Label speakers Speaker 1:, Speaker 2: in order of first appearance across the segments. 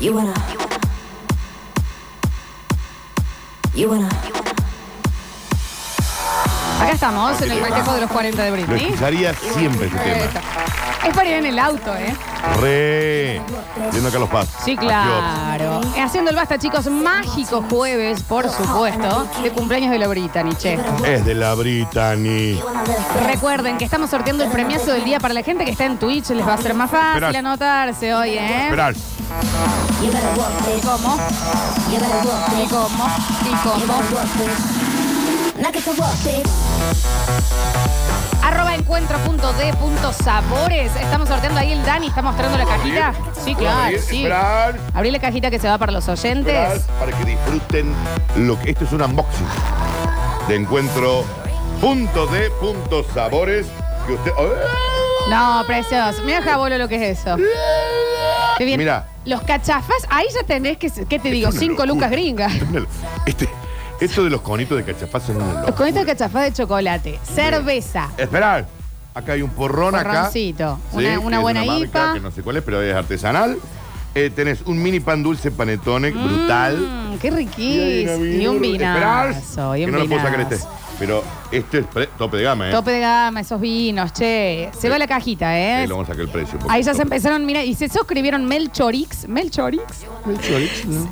Speaker 1: You wanna. You wanna.
Speaker 2: Acá estamos, en el festejo de los 40 de
Speaker 3: Lo
Speaker 2: Britney.
Speaker 3: escucharía siempre este
Speaker 2: Ahí
Speaker 3: tema.
Speaker 2: está. Es para ir en el auto, ¿eh?
Speaker 3: Re. Viendo acá los pasos.
Speaker 2: Sí, claro. Eh, Haciendo el basta, chicos. Mágico jueves, por supuesto. De cumpleaños de la Brittany, che.
Speaker 3: Es de la Brittany.
Speaker 2: Recuerden que estamos sorteando el premiazo del día para la gente que está en Twitch. Les va a ser más fácil
Speaker 3: Esperá.
Speaker 2: anotarse hoy, ¿eh?
Speaker 3: Esperar.
Speaker 1: You better walk
Speaker 2: ¿Y
Speaker 1: this.
Speaker 2: cómo?
Speaker 1: You better walk
Speaker 2: ¿Y
Speaker 1: this.
Speaker 2: cómo? ¿Y
Speaker 1: You
Speaker 2: cómo?
Speaker 1: better walk this. Now get to walk this.
Speaker 2: Arroba encuentro.d.sabores. Estamos sorteando ahí el Dani. ¿Está mostrando la cajita? Sí, claro, sí.
Speaker 3: Esperar.
Speaker 2: Abrí la cajita que se va para los oyentes.
Speaker 3: Para que disfruten lo que. Esto es un unboxing. De encuentro. Punto de puntos sabores. Que usted.
Speaker 2: No, precioso. Mira, Jabolo, lo que es eso. Qué bien.
Speaker 3: Mira.
Speaker 2: Los cachafas, ahí ya tenés que. ¿Qué te digo?
Speaker 3: Es una
Speaker 2: Cinco
Speaker 3: locura.
Speaker 2: lucas gringas.
Speaker 3: Este, esto de los conitos de cachapaz son una
Speaker 2: Los conitos de
Speaker 3: locura.
Speaker 2: cachafás de chocolate, cerveza,
Speaker 3: Esperar. Acá hay un porrón acá.
Speaker 2: porroncito,
Speaker 3: Sí,
Speaker 2: una,
Speaker 3: que
Speaker 2: una
Speaker 3: es
Speaker 2: buena
Speaker 3: una marca
Speaker 2: IPA.
Speaker 3: que no sé cuál es, pero es artesanal. Eh, tenés un mini pan dulce panetone brutal.
Speaker 2: Mm, qué
Speaker 3: hay una
Speaker 2: riquísimo. Y un
Speaker 3: Esperar,
Speaker 2: vinazo. Y
Speaker 3: que
Speaker 2: un
Speaker 3: no lo puedo sacar
Speaker 2: vinazo.
Speaker 3: este. Pero este es pre- tope de gama, ¿eh?
Speaker 2: Tope de gama, esos vinos, che. Se
Speaker 3: Sí.
Speaker 2: va la cajita,
Speaker 3: Eh,
Speaker 2: ¿eh?
Speaker 3: lo vamos a sacar el precio. porque
Speaker 2: Ahí ya
Speaker 3: es
Speaker 2: se
Speaker 3: tope.
Speaker 2: empezaron, mira, y se suscribieron Melchorix, Melchorix,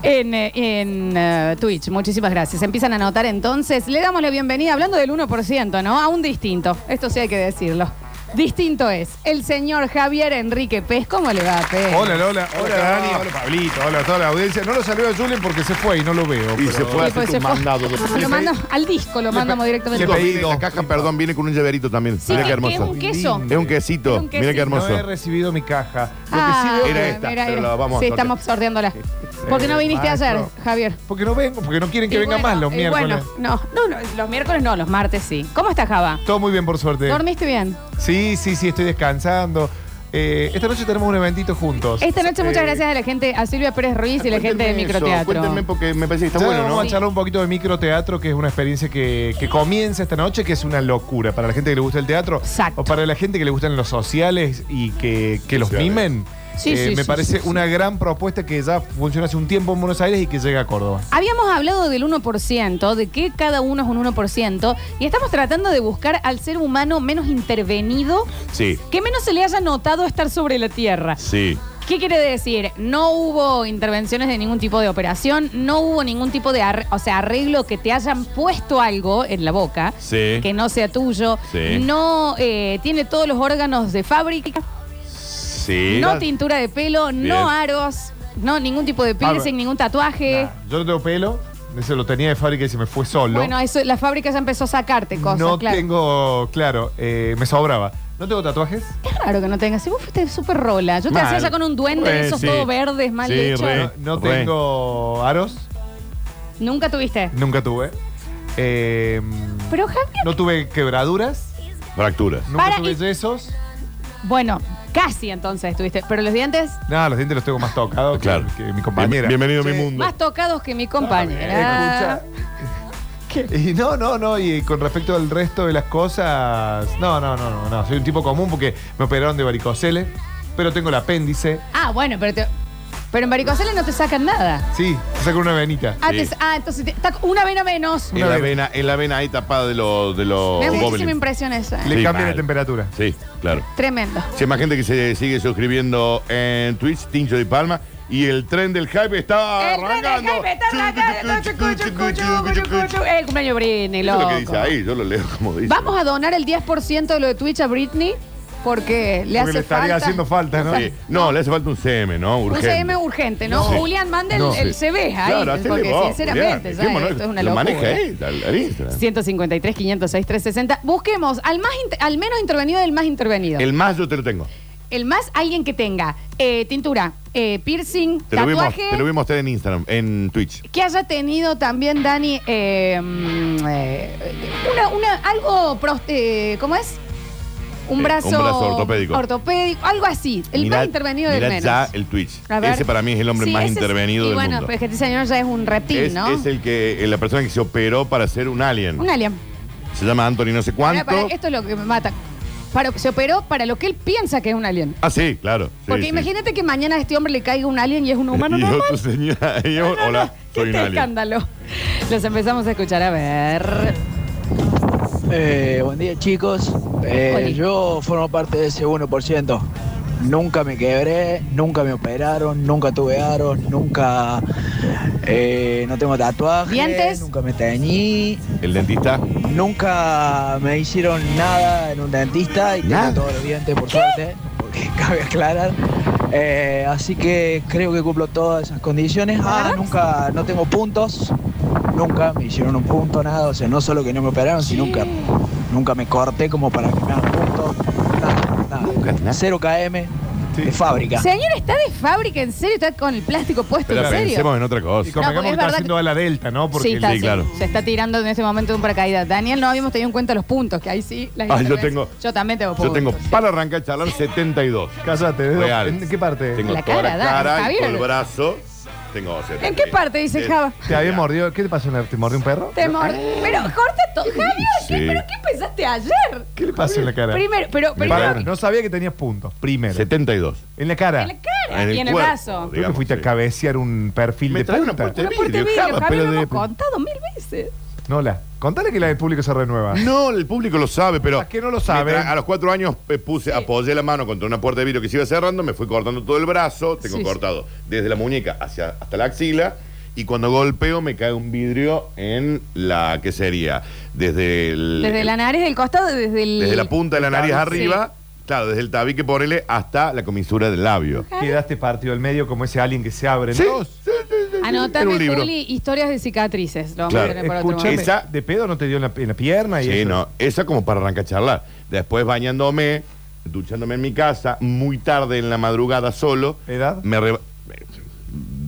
Speaker 2: en, eh, en eh, Twitch. Muchísimas gracias. Empiezan a anotar entonces. Le damos la bienvenida, hablando del 1%, ¿no? A un distinto. Esto sí hay que decirlo. Distinto es el señor Javier Enrique Pez. ¿Cómo le va, Pez?
Speaker 4: Hola, hola, hola, hola,
Speaker 3: Hola.
Speaker 4: Dani, hola, Pablito, hola a toda la audiencia. No lo saludo a Julen porque se fue y no lo veo.
Speaker 3: Y
Speaker 4: pero-
Speaker 3: se fue a
Speaker 2: Sí,
Speaker 3: hacer
Speaker 2: pues se
Speaker 3: un
Speaker 2: fue.
Speaker 3: mandado.
Speaker 2: Lo mando al disco, lo mandamos directamente.
Speaker 3: Chicos,
Speaker 4: Le pedí
Speaker 3: viene
Speaker 4: dos.
Speaker 3: La caja, perdón, viene con un llaverito también.
Speaker 2: Sí,
Speaker 3: Mira qué
Speaker 2: que- que es
Speaker 3: hermoso.
Speaker 2: un queso.
Speaker 3: Es un quesito.
Speaker 2: Es un
Speaker 3: Mira qué
Speaker 2: quesito.
Speaker 3: hermoso.
Speaker 4: No he recibido mi caja. Lo
Speaker 2: Ah,
Speaker 4: que sí veo
Speaker 3: Era
Speaker 4: que-
Speaker 3: esta, pero la vamos a
Speaker 2: sí,
Speaker 3: sortear.
Speaker 2: estamos sorteándola. Porque no viniste
Speaker 4: Maestro.
Speaker 2: ayer, Javier.
Speaker 4: Porque no vengo, porque no quieren que
Speaker 2: Y
Speaker 4: vengan
Speaker 2: bueno,
Speaker 4: más los
Speaker 2: y
Speaker 4: miércoles.
Speaker 2: Bueno, no, no, no, los miércoles no, los martes sí. ¿Cómo está Java?
Speaker 4: Todo muy bien, por suerte.
Speaker 2: ¿Dormiste bien?
Speaker 4: Sí, sí, sí, estoy descansando. Eh, esta noche tenemos un eventito juntos.
Speaker 2: Esta noche muchas
Speaker 4: Eh,
Speaker 2: gracias a la gente, a Silvia Pérez Ruiz y la gente del
Speaker 3: Cuéntenme eso, Cuéntenme
Speaker 2: microteatro.
Speaker 3: porque me parece que está
Speaker 4: ya
Speaker 3: bueno,
Speaker 4: vamos
Speaker 3: ¿no?
Speaker 4: a charlar un poquito de microteatro, que es una experiencia que, que comienza esta noche, que es una locura para la gente que le gusta el teatro.
Speaker 2: Exacto.
Speaker 4: O para la gente que le gustan los sociales y que, que los
Speaker 3: Sociales.
Speaker 4: mimen. Eh,
Speaker 2: Sí, sí,
Speaker 4: me
Speaker 2: sí,
Speaker 4: parece
Speaker 2: sí, sí.
Speaker 4: una gran propuesta que ya funciona hace un tiempo en Buenos Aires y que llega a Córdoba.
Speaker 2: Habíamos hablado del 1%, de que cada uno es un 1%, y estamos tratando de buscar al ser humano menos intervenido,
Speaker 3: Sí,
Speaker 2: que menos se le haya notado estar sobre la Tierra.
Speaker 3: sí.
Speaker 2: ¿Qué quiere decir? No hubo intervenciones de ningún tipo de operación, no hubo ningún tipo de ar- o sea, arreglo que te hayan puesto algo en la boca
Speaker 3: Sí.
Speaker 2: que no sea tuyo,
Speaker 3: Sí.
Speaker 2: no eh, tiene todos los órganos de fábrica,
Speaker 3: Sí.
Speaker 2: no tintura de pelo,
Speaker 3: Bien.
Speaker 2: no aros, no ningún tipo de piercing,
Speaker 4: bueno.
Speaker 2: ningún tatuaje.
Speaker 4: Nah, yo no tengo pelo, ese lo tenía de fábrica y se me fue solo.
Speaker 2: Bueno, eso, la fábrica ya empezó a sacarte cosas,
Speaker 4: no
Speaker 2: claro.
Speaker 4: tengo, claro, eh, me sobraba. ¿No tengo tatuajes?
Speaker 2: Es raro que no tengas. Si vos fuiste súper rola, yo te
Speaker 3: Mal.
Speaker 2: hacía ya con un duende, de
Speaker 3: Eh,
Speaker 2: esos
Speaker 3: sí.
Speaker 2: todo verdes, mal
Speaker 3: Sí,
Speaker 2: hecho.
Speaker 3: re. Eh,
Speaker 4: no no
Speaker 3: re.
Speaker 4: tengo aros,
Speaker 2: Nunca tuviste.
Speaker 4: nunca tuve. Eh,
Speaker 2: Pero Javier,
Speaker 4: no tuve quebraduras,
Speaker 3: Fracturas.
Speaker 4: nunca
Speaker 2: Para
Speaker 4: tuve
Speaker 2: y-
Speaker 4: yesos.
Speaker 2: bueno, casi entonces estuviste. Pero los dientes
Speaker 4: Nada, los dientes los tengo más tocados que-
Speaker 3: Claro.
Speaker 4: que, mi compañera.
Speaker 3: Bien- bienvenido a mi mundo.
Speaker 2: Más tocados
Speaker 3: Ah,
Speaker 2: que mi
Speaker 4: Escucha.
Speaker 2: compañera.
Speaker 4: Y no, no, no, y con respecto al resto de las cosas, no, no, no, no, no, soy un tipo común porque me operaron de varicocele, pero tengo el apéndice.
Speaker 2: Ah, bueno, pero te- pero en varicocele no te sacan nada.
Speaker 4: Sí, te saco una venita.
Speaker 2: Ah,
Speaker 3: Sí.
Speaker 2: te- ah, entonces te- está una vena menos.
Speaker 3: En
Speaker 4: Una
Speaker 3: la
Speaker 4: vez.
Speaker 3: vena, en la vena ahí tapada de los de los
Speaker 2: Me da muchísima
Speaker 3: goblins.
Speaker 2: impresión eso. eh.
Speaker 4: Le
Speaker 3: Sí,
Speaker 4: cambia
Speaker 3: mal.
Speaker 4: la temperatura.
Speaker 3: Sí, claro.
Speaker 2: Tremendo.
Speaker 3: Si hay más gente que se sigue suscribiendo en Twitch, Tincho de Palma. Y el tren del hype está
Speaker 2: El tren del
Speaker 3: arrancando.
Speaker 2: hype está arrancando. Cuchu, cuchu, cuchu, cuchu, cuchu. El cumpleaños de
Speaker 3: Eso
Speaker 2: Britney,
Speaker 3: es lo que
Speaker 2: loco.
Speaker 3: dice ahí, yo lo leo como dice.
Speaker 2: Vamos a donar el 10% de lo de Twitch a Britney porque
Speaker 4: Porque
Speaker 2: le hace
Speaker 4: le estaría
Speaker 2: falta.
Speaker 4: haciendo falta, ¿no?
Speaker 3: Sí. No, le hace falta un CM, ¿no?
Speaker 2: Un
Speaker 3: Urgente.
Speaker 2: CM urgente, ¿no?
Speaker 3: Sí.
Speaker 2: Julián, manda el,
Speaker 4: No,
Speaker 2: el
Speaker 3: Sí.
Speaker 2: CV ahí.
Speaker 3: Claro, hacele
Speaker 2: porque
Speaker 3: vos,
Speaker 2: sinceramente,
Speaker 3: Julián,
Speaker 2: ya
Speaker 3: dejémonos-
Speaker 2: esto es una
Speaker 3: lo
Speaker 2: locura.
Speaker 3: maneja él, al, al Instagram.
Speaker 2: 153, 506, 360. Busquemos al, más inter- al menos intervenido del más intervenido. El,
Speaker 3: El más yo te lo tengo.
Speaker 2: más, alguien que tenga eh, tintura, eh, piercing,
Speaker 3: Te lo, vimos,
Speaker 2: tatuaje.
Speaker 3: te lo voy a mostrar en Instagram, en Twitch.
Speaker 2: Que haya tenido también, Dani, eh, mm, eh, una, una, algo, pros- eh, ¿cómo es? Un
Speaker 3: Eh,
Speaker 2: brazo,
Speaker 3: un brazo ortopédico.
Speaker 2: ortopédico, algo así. El
Speaker 3: Mirá-
Speaker 2: más intervenido del
Speaker 3: mirá
Speaker 2: menos.
Speaker 3: ya el Twitch.
Speaker 2: A ver.
Speaker 3: Ese para mí es el hombre
Speaker 2: Sí,
Speaker 3: más
Speaker 2: ese es-
Speaker 3: intervenido
Speaker 2: y
Speaker 3: del
Speaker 2: bueno,
Speaker 3: mundo.
Speaker 2: pues que este señor ya es un reptil,
Speaker 3: es,
Speaker 2: ¿no?
Speaker 3: es el que, eh, la persona que se operó para ser un alien.
Speaker 2: Un alien.
Speaker 3: Se llama Anthony no sé
Speaker 2: Pará,
Speaker 3: cuánto.
Speaker 2: pará, esto es lo que me mata. Para, se operó para lo que él piensa que es un alien.
Speaker 3: Ah, sí, claro. sí,
Speaker 2: Porque
Speaker 3: sí.
Speaker 2: imagínate que mañana a este hombre le caiga un alien y es un humano
Speaker 3: y
Speaker 2: normal.
Speaker 3: otro señor- y yo,
Speaker 2: No, no,
Speaker 3: hola,
Speaker 2: no,
Speaker 3: soy un
Speaker 2: este
Speaker 3: alien.
Speaker 2: escándalo. Los empezamos a escuchar, a ver.
Speaker 5: Eh, buen día chicos, Eh,
Speaker 2: Oli.
Speaker 5: yo formo parte de ese 1%. Nunca me quebré, nunca me operaron, nunca tuve aros, nunca eh, no tengo tatuajes,
Speaker 2: ¿Dientes?
Speaker 5: nunca me teñí,
Speaker 3: El dentista.
Speaker 5: nunca me hicieron nada en un dentista y
Speaker 3: Nada.
Speaker 5: tengo todos los dientes por suerte, porque cabe aclarar. Eh, así que creo que cumplo todas esas condiciones. Ah,
Speaker 2: ¿Verdad?
Speaker 5: nunca, no tengo puntos, nunca me hicieron un punto, nada, o sea, no solo que no me operaron, sino nunca, nunca me corté como para que me hagan puntos, nada, nada.
Speaker 3: Nunca, nada.
Speaker 5: 0 KM de fábrica.
Speaker 2: Señor, está de fábrica, en serio, está con el plástico puesto,
Speaker 3: Pero
Speaker 2: en serio.
Speaker 3: pensemos en otra
Speaker 4: Y
Speaker 3: cosa.
Speaker 2: No,
Speaker 4: convengamos
Speaker 2: porque
Speaker 4: que
Speaker 2: es
Speaker 4: está
Speaker 2: verdad
Speaker 4: haciendo
Speaker 2: que-
Speaker 4: ala delta, ¿no? Porque
Speaker 2: sí, está
Speaker 3: Sí,
Speaker 2: así.
Speaker 3: claro.
Speaker 2: Se está tirando en este momento de un paracaídas. Daniel, no habíamos tenido en cuenta los puntos, que ahí sí. las
Speaker 3: Ah, yo
Speaker 2: intervenciones.
Speaker 3: tengo-
Speaker 2: Yo también tengo
Speaker 3: Yo
Speaker 2: puntos.
Speaker 3: tengo para arrancar a charlar 72.
Speaker 4: Cállate, ¿de dó-
Speaker 3: Real.
Speaker 4: ¿en qué parte?
Speaker 3: Tengo
Speaker 2: La
Speaker 3: toda
Speaker 2: cara,
Speaker 3: la
Speaker 2: dale,
Speaker 3: cara y
Speaker 2: Javier.
Speaker 3: todo el brazo. Tengo
Speaker 2: ¿En qué parte dice Java?
Speaker 4: ¿Te había mordido? ¿Qué te pasó? ¿Te mordió un perro?
Speaker 2: Te mord- Pero corta todo. Javier, ¿qué-
Speaker 3: Sí.
Speaker 2: ¿pero qué pensaste ayer?
Speaker 4: ¿Qué le pasó en la cara?
Speaker 2: Primero, pero
Speaker 3: Me
Speaker 2: primero.
Speaker 4: Pará, no sabía que tenías puntos. Primero.
Speaker 3: 72.
Speaker 4: En la cara.
Speaker 2: En la cara y en el
Speaker 3: cuerpo,
Speaker 2: brazo.
Speaker 4: Creo que
Speaker 3: digamos,
Speaker 4: fuiste
Speaker 3: sí.
Speaker 4: a cabecear un perfil
Speaker 3: Me
Speaker 4: de
Speaker 3: trae una
Speaker 4: punta.
Speaker 3: puerta de
Speaker 2: Una puerta de
Speaker 3: vidrio,
Speaker 2: vidrio,
Speaker 3: Java,
Speaker 2: Javier,
Speaker 3: pero
Speaker 2: lo
Speaker 3: de-
Speaker 2: hemos contado mil veces.
Speaker 4: Nola, contale que la del público se renueva.
Speaker 3: No, el público lo sabe, pero.
Speaker 4: ¿A qué Ah. no lo saben?
Speaker 3: Mientras- A los cuatro años eh, puse, apoyé la mano contra una puerta de vidrio que se iba cerrando, me fui cortando todo el brazo, tengo
Speaker 2: Sí, sí.
Speaker 3: cortado desde la muñeca hacia, hasta la axila, y cuando golpeo me cae un vidrio en la que sería desde el-
Speaker 2: Desde la nariz del costado, desde el.
Speaker 3: desde la punta de la nariz
Speaker 2: tabique.
Speaker 3: arriba, claro, desde el tabique ponele hasta la comisura del labio.
Speaker 4: Quedaste partido al medio como ese alien que se abre en
Speaker 3: Sí,
Speaker 4: dos.
Speaker 3: sí, sí, sí, sí. Era
Speaker 2: Anotame,
Speaker 3: un libro.
Speaker 2: Juli, historias de cicatrices. Lo vamos
Speaker 3: Claro.
Speaker 2: a tener para otro
Speaker 4: Escúchame,
Speaker 2: momento.
Speaker 3: Esa-
Speaker 4: ¿de pedo no te dio en la, en la pierna? Y
Speaker 3: Sí,
Speaker 4: eso?
Speaker 3: no, esa como para arrancar a charlar. Después bañándome, duchándome en mi casa, muy tarde en la madrugada solo.
Speaker 4: ¿Edad?
Speaker 3: Me re-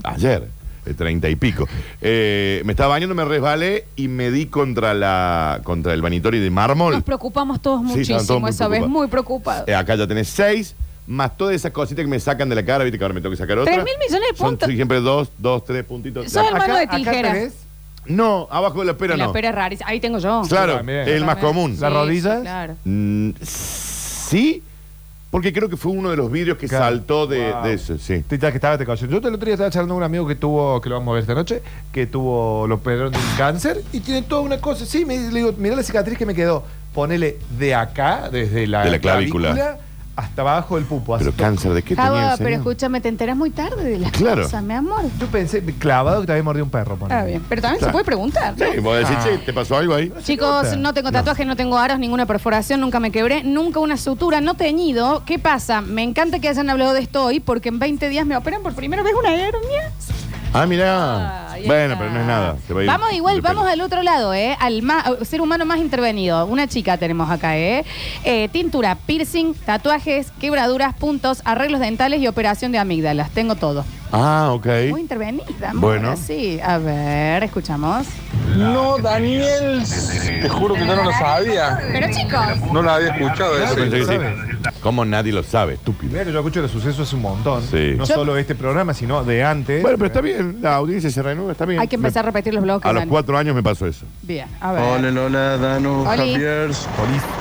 Speaker 3: Ayer, treinta y pico. Eh, me estaba bañando, me resbalé y me di contra la contra el banitorio de mármol.
Speaker 2: Nos preocupamos todos
Speaker 3: Sí, estaban todos
Speaker 2: muchísimo
Speaker 3: muy
Speaker 2: esa vez,
Speaker 3: preocupados.
Speaker 2: muy preocupados.
Speaker 3: Eh, acá ya tenés seis, más todas esas cositas que me sacan de la cara, viste que ahora me tengo que sacar otra.
Speaker 2: Tres mil millones de puntos.
Speaker 3: Son siempre dos, dos, tres puntitos.
Speaker 2: Son-
Speaker 3: Ya.
Speaker 2: Mano de tijera.
Speaker 4: tenés
Speaker 3: No, abajo de la pera
Speaker 2: la
Speaker 3: no.
Speaker 2: pera es rarísima. Ahí tengo yo.
Speaker 3: Claro,
Speaker 4: También.
Speaker 3: es el más común.
Speaker 4: ¿Las
Speaker 2: Sí,
Speaker 4: rodillas?
Speaker 2: sí, Claro.
Speaker 3: Mm, sí, porque creo que fue uno de los vidrios que
Speaker 4: Claro.
Speaker 3: saltó de,
Speaker 4: Wow.
Speaker 3: de eso, sí.
Speaker 4: Te- te- que estaba te cayó. Yo el otro día estaba charlando con un amigo que tuvo, que lo vamos a ver esta noche, que tuvo, lo operaron de un cáncer y tiene toda una cosa. Sí, me, le digo, mirá la cicatriz que me quedó. Ponele de acá, desde la,
Speaker 3: De la clavícula.
Speaker 4: hasta abajo del pupo. así
Speaker 3: Pero
Speaker 4: todo.
Speaker 3: cáncer, ¿de qué tenía
Speaker 2: Java,
Speaker 3: el
Speaker 2: pero
Speaker 3: señor?
Speaker 2: escúchame, te enteras muy tarde de las
Speaker 3: Claro.
Speaker 2: cosas, mi amor.
Speaker 4: Yo pensé, clavado que te había mordido un perro. ponele.
Speaker 2: Está bien. Pero también se
Speaker 3: Claro.
Speaker 2: puede preguntar. ¿no?
Speaker 3: Sí, vos decís,
Speaker 4: Ah.
Speaker 3: che, ¿te pasó algo ahí?
Speaker 2: Chicos,
Speaker 4: nota.
Speaker 2: no tengo tatuajes, no. tengo aros, ninguna perforación, nunca me quebré, nunca una sutura, no teñido. ¿Qué pasa? Me encanta que hayan hablado de esto hoy porque en 20 días me operan por primera vez una hernia.
Speaker 3: Ah, mirá.
Speaker 2: Ahí
Speaker 3: bueno,
Speaker 2: está.
Speaker 3: pero no es nada. se va a ir
Speaker 2: Vamos
Speaker 3: de
Speaker 2: igual,
Speaker 3: pelo.
Speaker 2: vamos al otro lado, ¿eh? Al ma- al ser humano más intervenido. Una chica tenemos acá, ¿eh? Eh, Tintura, piercing, tatuajes, quebraduras, puntos, arreglos dentales y operación de amígdalas. Tengo todo.
Speaker 3: Ah, ok.
Speaker 2: Muy intervenida. amor,
Speaker 3: Bueno.
Speaker 2: Sí, a ver, escuchamos.
Speaker 6: No, Daniel, te juro que yo no lo sabía.
Speaker 2: Pero chicos,
Speaker 6: No lo había escuchado
Speaker 3: Yo
Speaker 6: eso.
Speaker 3: pensé que sí.
Speaker 4: ¿sabes?
Speaker 3: Como nadie lo sabe, estúpido.
Speaker 4: Primero, yo escucho de sucesos hace un montón.
Speaker 3: Sí.
Speaker 4: No
Speaker 2: Yo-
Speaker 4: solo de este programa, sino de antes.
Speaker 3: Bueno, pero está bien, la audiencia se renueva, está bien.
Speaker 2: hay que empezar a repetir los bloques.
Speaker 3: A los
Speaker 2: Dani.
Speaker 3: cuatro años me pasó eso.
Speaker 2: Bien, a ver.
Speaker 6: Hola Lola, Danu,
Speaker 2: Oli.
Speaker 6: Javier.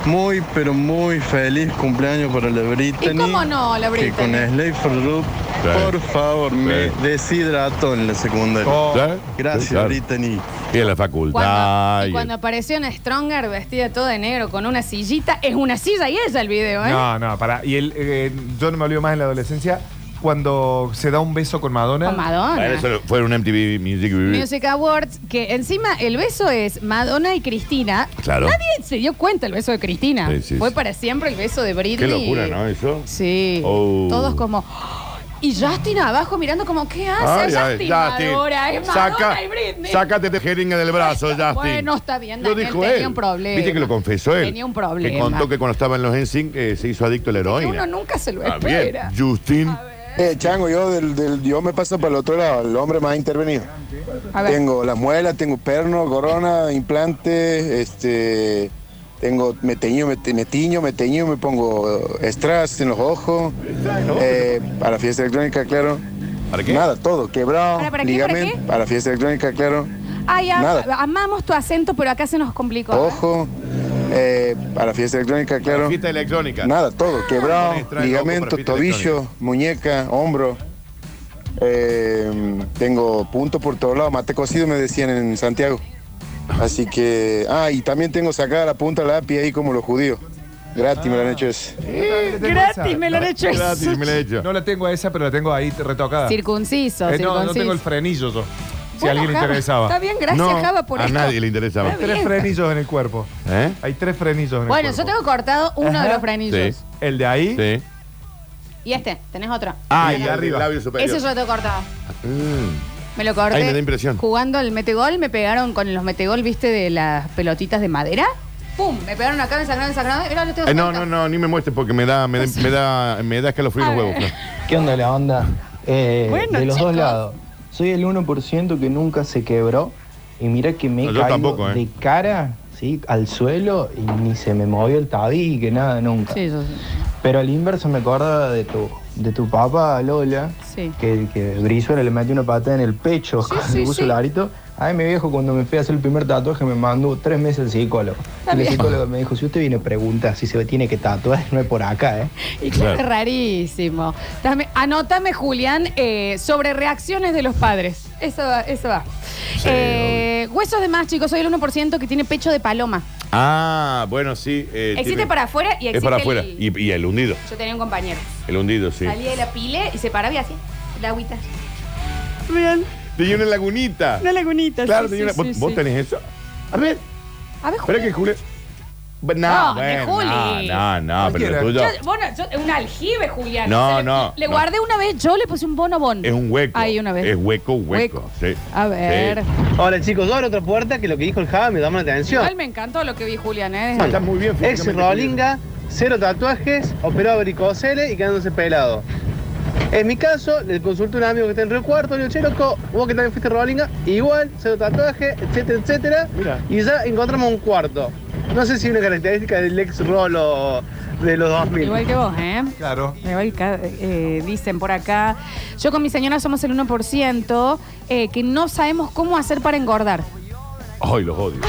Speaker 6: Muy, pero muy feliz cumpleaños para la Brittany.
Speaker 2: ¿Y cómo no, la
Speaker 6: Que con
Speaker 2: Brittany?
Speaker 6: Slave for Loop,
Speaker 3: Claro.
Speaker 6: por favor, me
Speaker 3: Sí.
Speaker 6: deshidrato en la secundaria.
Speaker 4: Oh.
Speaker 3: ¿Sabes?
Speaker 6: Gracias,
Speaker 3: Claro.
Speaker 6: Brittany.
Speaker 3: Y en la
Speaker 2: Cuando,
Speaker 3: facultad.
Speaker 2: y
Speaker 3: y-
Speaker 2: cuando apareció en Stronger vestida toda de negro con una sillita, es una silla y ella el video, ¿eh?
Speaker 4: No, no, para. Y él, eh, yo no me olvido más en la adolescencia cuando se da un beso con Madonna.
Speaker 2: Con Madonna.
Speaker 3: Bueno, eso fue un MTV Music Video.
Speaker 2: Music Awards, que encima el beso es Madonna y Cristina.
Speaker 3: Claro.
Speaker 2: Nadie se dio cuenta el beso de Cristina.
Speaker 3: Sí, sí,
Speaker 2: Fue
Speaker 3: sí.
Speaker 2: para siempre el beso de Britney.
Speaker 3: Qué locura, ¿no? Eso.
Speaker 2: Sí.
Speaker 3: Oh.
Speaker 2: Todos como. "Oh", Y Justin abajo mirando como, ¿qué
Speaker 3: Ay,
Speaker 2: hace Ah, Justin?
Speaker 3: ay,
Speaker 2: Ahora es Madonna
Speaker 3: saca-
Speaker 2: y Britney.
Speaker 3: Sácate este de jeringa del brazo, Justin.
Speaker 2: Bueno, está bien,
Speaker 3: Lo
Speaker 2: Daniel,
Speaker 3: dijo
Speaker 2: tenía
Speaker 3: él.
Speaker 2: un problema.
Speaker 3: Viste que lo confesó él.
Speaker 2: Tenía un problema.
Speaker 3: Que contó que cuando estaba en los NSYNC eh, se hizo adicto a la heroína.
Speaker 2: Uno nunca se lo
Speaker 3: Ah, bien.
Speaker 2: espera.
Speaker 3: Justin.
Speaker 7: Eh, chango, yo del, del- yo me paso para el otro lado, el hombre más intervenido.
Speaker 2: A ver.
Speaker 7: Tengo las muelas, tengo perno, corona, implante, este, tengo, me teño, me, te- me tiño, me teño, me pongo strass en los ojos, eh, para fiesta electrónica, claro.
Speaker 3: ¿Para qué?
Speaker 7: Nada, todo, quebrado,
Speaker 2: ¿Para- para qué, para
Speaker 7: ligamento,
Speaker 2: qué?
Speaker 7: para, fiesta electrónica, claro,
Speaker 2: Ay, am-
Speaker 7: Nada.
Speaker 2: amamos tu acento, pero acá se nos complicó.
Speaker 7: ojo, eh, eh, a la fiesta electrónica, claro.
Speaker 3: Fiesta electrónica.
Speaker 7: Nada, todo, quebrado,
Speaker 3: Pones traje loco
Speaker 7: ligamento,
Speaker 3: para fiesta
Speaker 7: tobillo,
Speaker 3: electrónica.
Speaker 7: muñeca, hombro. Eh, tengo punto por todos lados, mate cocido me decían en Santiago. Así que, ah, y también tengo sacada la punta la API ahí como los judíos. Gratis me lo han hecho eso.
Speaker 4: Eh,
Speaker 2: Gratis me lo han hecho
Speaker 3: Gratis,
Speaker 2: eso.
Speaker 3: me la he hecho.
Speaker 4: No la tengo a esa, pero la tengo ahí retocada.
Speaker 2: Circunciso,
Speaker 4: Eh, no,
Speaker 2: circunciso.
Speaker 4: no tengo el frenillo yo. Si
Speaker 2: Bueno,
Speaker 4: a alguien le
Speaker 2: Java, Está
Speaker 4: interesaba.
Speaker 2: bien, gracias,
Speaker 3: No,
Speaker 2: Java, por
Speaker 3: a
Speaker 2: esto.
Speaker 3: nadie le interesaba.
Speaker 2: Está
Speaker 4: Tres
Speaker 2: bien.
Speaker 4: frenillos en el cuerpo.
Speaker 3: ¿Eh?
Speaker 4: Hay tres frenillos en
Speaker 2: Bueno,
Speaker 4: el
Speaker 2: yo
Speaker 4: cuerpo.
Speaker 2: tengo cortado uno
Speaker 4: Ajá.
Speaker 2: de los frenillos.
Speaker 3: Sí.
Speaker 4: El de ahí.
Speaker 3: Sí.
Speaker 2: Y este, tenés otro.
Speaker 3: Ah, y
Speaker 4: Bien,
Speaker 3: arriba.
Speaker 4: arriba.
Speaker 3: labio superior.
Speaker 2: Ese yo lo tengo cortado.
Speaker 3: Mm.
Speaker 2: Me lo corté.
Speaker 3: Ay, me da impresión.
Speaker 2: Jugando al metegol, me pegaron con los metegol, viste, de las pelotitas de madera. ¡Pum! Me pegaron acá, me sangraron, me sangraron. Mirá, lo tengo
Speaker 3: Eh, no,
Speaker 2: cortado.
Speaker 3: no, no, ni me muestres porque me da, me da, me da, me da escalofrío en los
Speaker 2: A ver.
Speaker 3: huevos. Flor.
Speaker 8: ¿Qué onda la onda? Eh,
Speaker 2: Bueno,
Speaker 8: de los
Speaker 2: chicos.
Speaker 8: dos lados. Soy el 1% que nunca se quebró. Y mira que me he
Speaker 3: No, yo
Speaker 8: caído
Speaker 3: tampoco, ¿eh?
Speaker 8: de cara ¿sí? al suelo y ni se me movió el tabique, nada, nunca.
Speaker 2: Sí, yo sí.
Speaker 8: Pero al inverso me acordaba de tu, de tu papá, Lola,
Speaker 2: Sí.
Speaker 8: que, que Brizuela le metió una patada en el pecho
Speaker 2: Sí,
Speaker 8: cuando
Speaker 2: sí,
Speaker 8: le puso
Speaker 2: sí.
Speaker 8: el arito. A mí mi viejo cuando me fui a hacer el primer tatuaje me mandó tres meses al psicólogo.
Speaker 2: Está
Speaker 8: Y el
Speaker 2: bien.
Speaker 8: psicólogo me dijo, si usted viene pregunta si se tiene que tatuar, no es por acá, ¿eh?
Speaker 2: Y claro,
Speaker 3: Claro.
Speaker 2: rarísimo. Dame- anótame, Julián, eh, sobre reacciones de los padres. Eso va. Eso va.
Speaker 3: Sí,
Speaker 2: Eh, huesos de más, chicos. Soy el 1% que tiene pecho de paloma.
Speaker 3: Ah, bueno, sí. eh,
Speaker 2: Existe
Speaker 3: tiene-
Speaker 2: para afuera y existe
Speaker 3: Es para
Speaker 2: el-
Speaker 3: afuera. Y, y el hundido.
Speaker 2: Yo tenía un compañero.
Speaker 3: El hundido, sí.
Speaker 2: Salía de la pile y se paraba y hacía la agüita.
Speaker 3: Tenía una lagunita.
Speaker 2: Una lagunita.
Speaker 3: Claro,
Speaker 2: sí,
Speaker 3: tenía una.
Speaker 2: sí,
Speaker 3: ¿Vos,
Speaker 2: sí,
Speaker 3: vos
Speaker 2: sí.
Speaker 3: tenés eso? A ver,
Speaker 2: A ver,
Speaker 3: espera
Speaker 2: Julián.
Speaker 3: que Julio. No,
Speaker 2: No, de
Speaker 3: bueno,
Speaker 2: Juli.
Speaker 3: no, no, no, pero
Speaker 4: Cualquiera.
Speaker 3: lo tuyo.
Speaker 2: Yo- bueno, yo- un aljibe, Julián.
Speaker 3: No,
Speaker 2: Se le-
Speaker 3: no,
Speaker 2: Le
Speaker 3: no.
Speaker 2: guardé una vez, yo le puse un bonobón.
Speaker 3: Es un hueco.
Speaker 2: Ahí una vez.
Speaker 3: Es hueco, hueco.
Speaker 2: Hueco.
Speaker 3: Sí.
Speaker 2: A ver.
Speaker 3: Sí.
Speaker 9: Ahora, chicos, yo abro otra puerta que lo que dijo el Java me llamó la atención.
Speaker 2: Igual me encantó lo que vi, Julián, ¿eh?
Speaker 3: Está muy bien.
Speaker 9: Ex
Speaker 3: físicamente,
Speaker 9: Rolinga, cero tatuajes, operado varicocele y quedándose pelado. En mi caso, le consulté a un amigo que está en Río Cuarto, le digo, che, loco, vos que también fuiste Rolinga, igual, cero tatuaje, etcétera, etcétera.
Speaker 3: Mira.
Speaker 9: Y ya encontramos un cuarto. No sé si una característica del ex Rolo de los 2000.
Speaker 2: Igual que vos, ¿eh?
Speaker 4: Claro.
Speaker 2: Igual que, eh, dicen por acá, yo con mi señora somos el 1% eh, que no sabemos cómo hacer para engordar.
Speaker 3: Ay, los odio.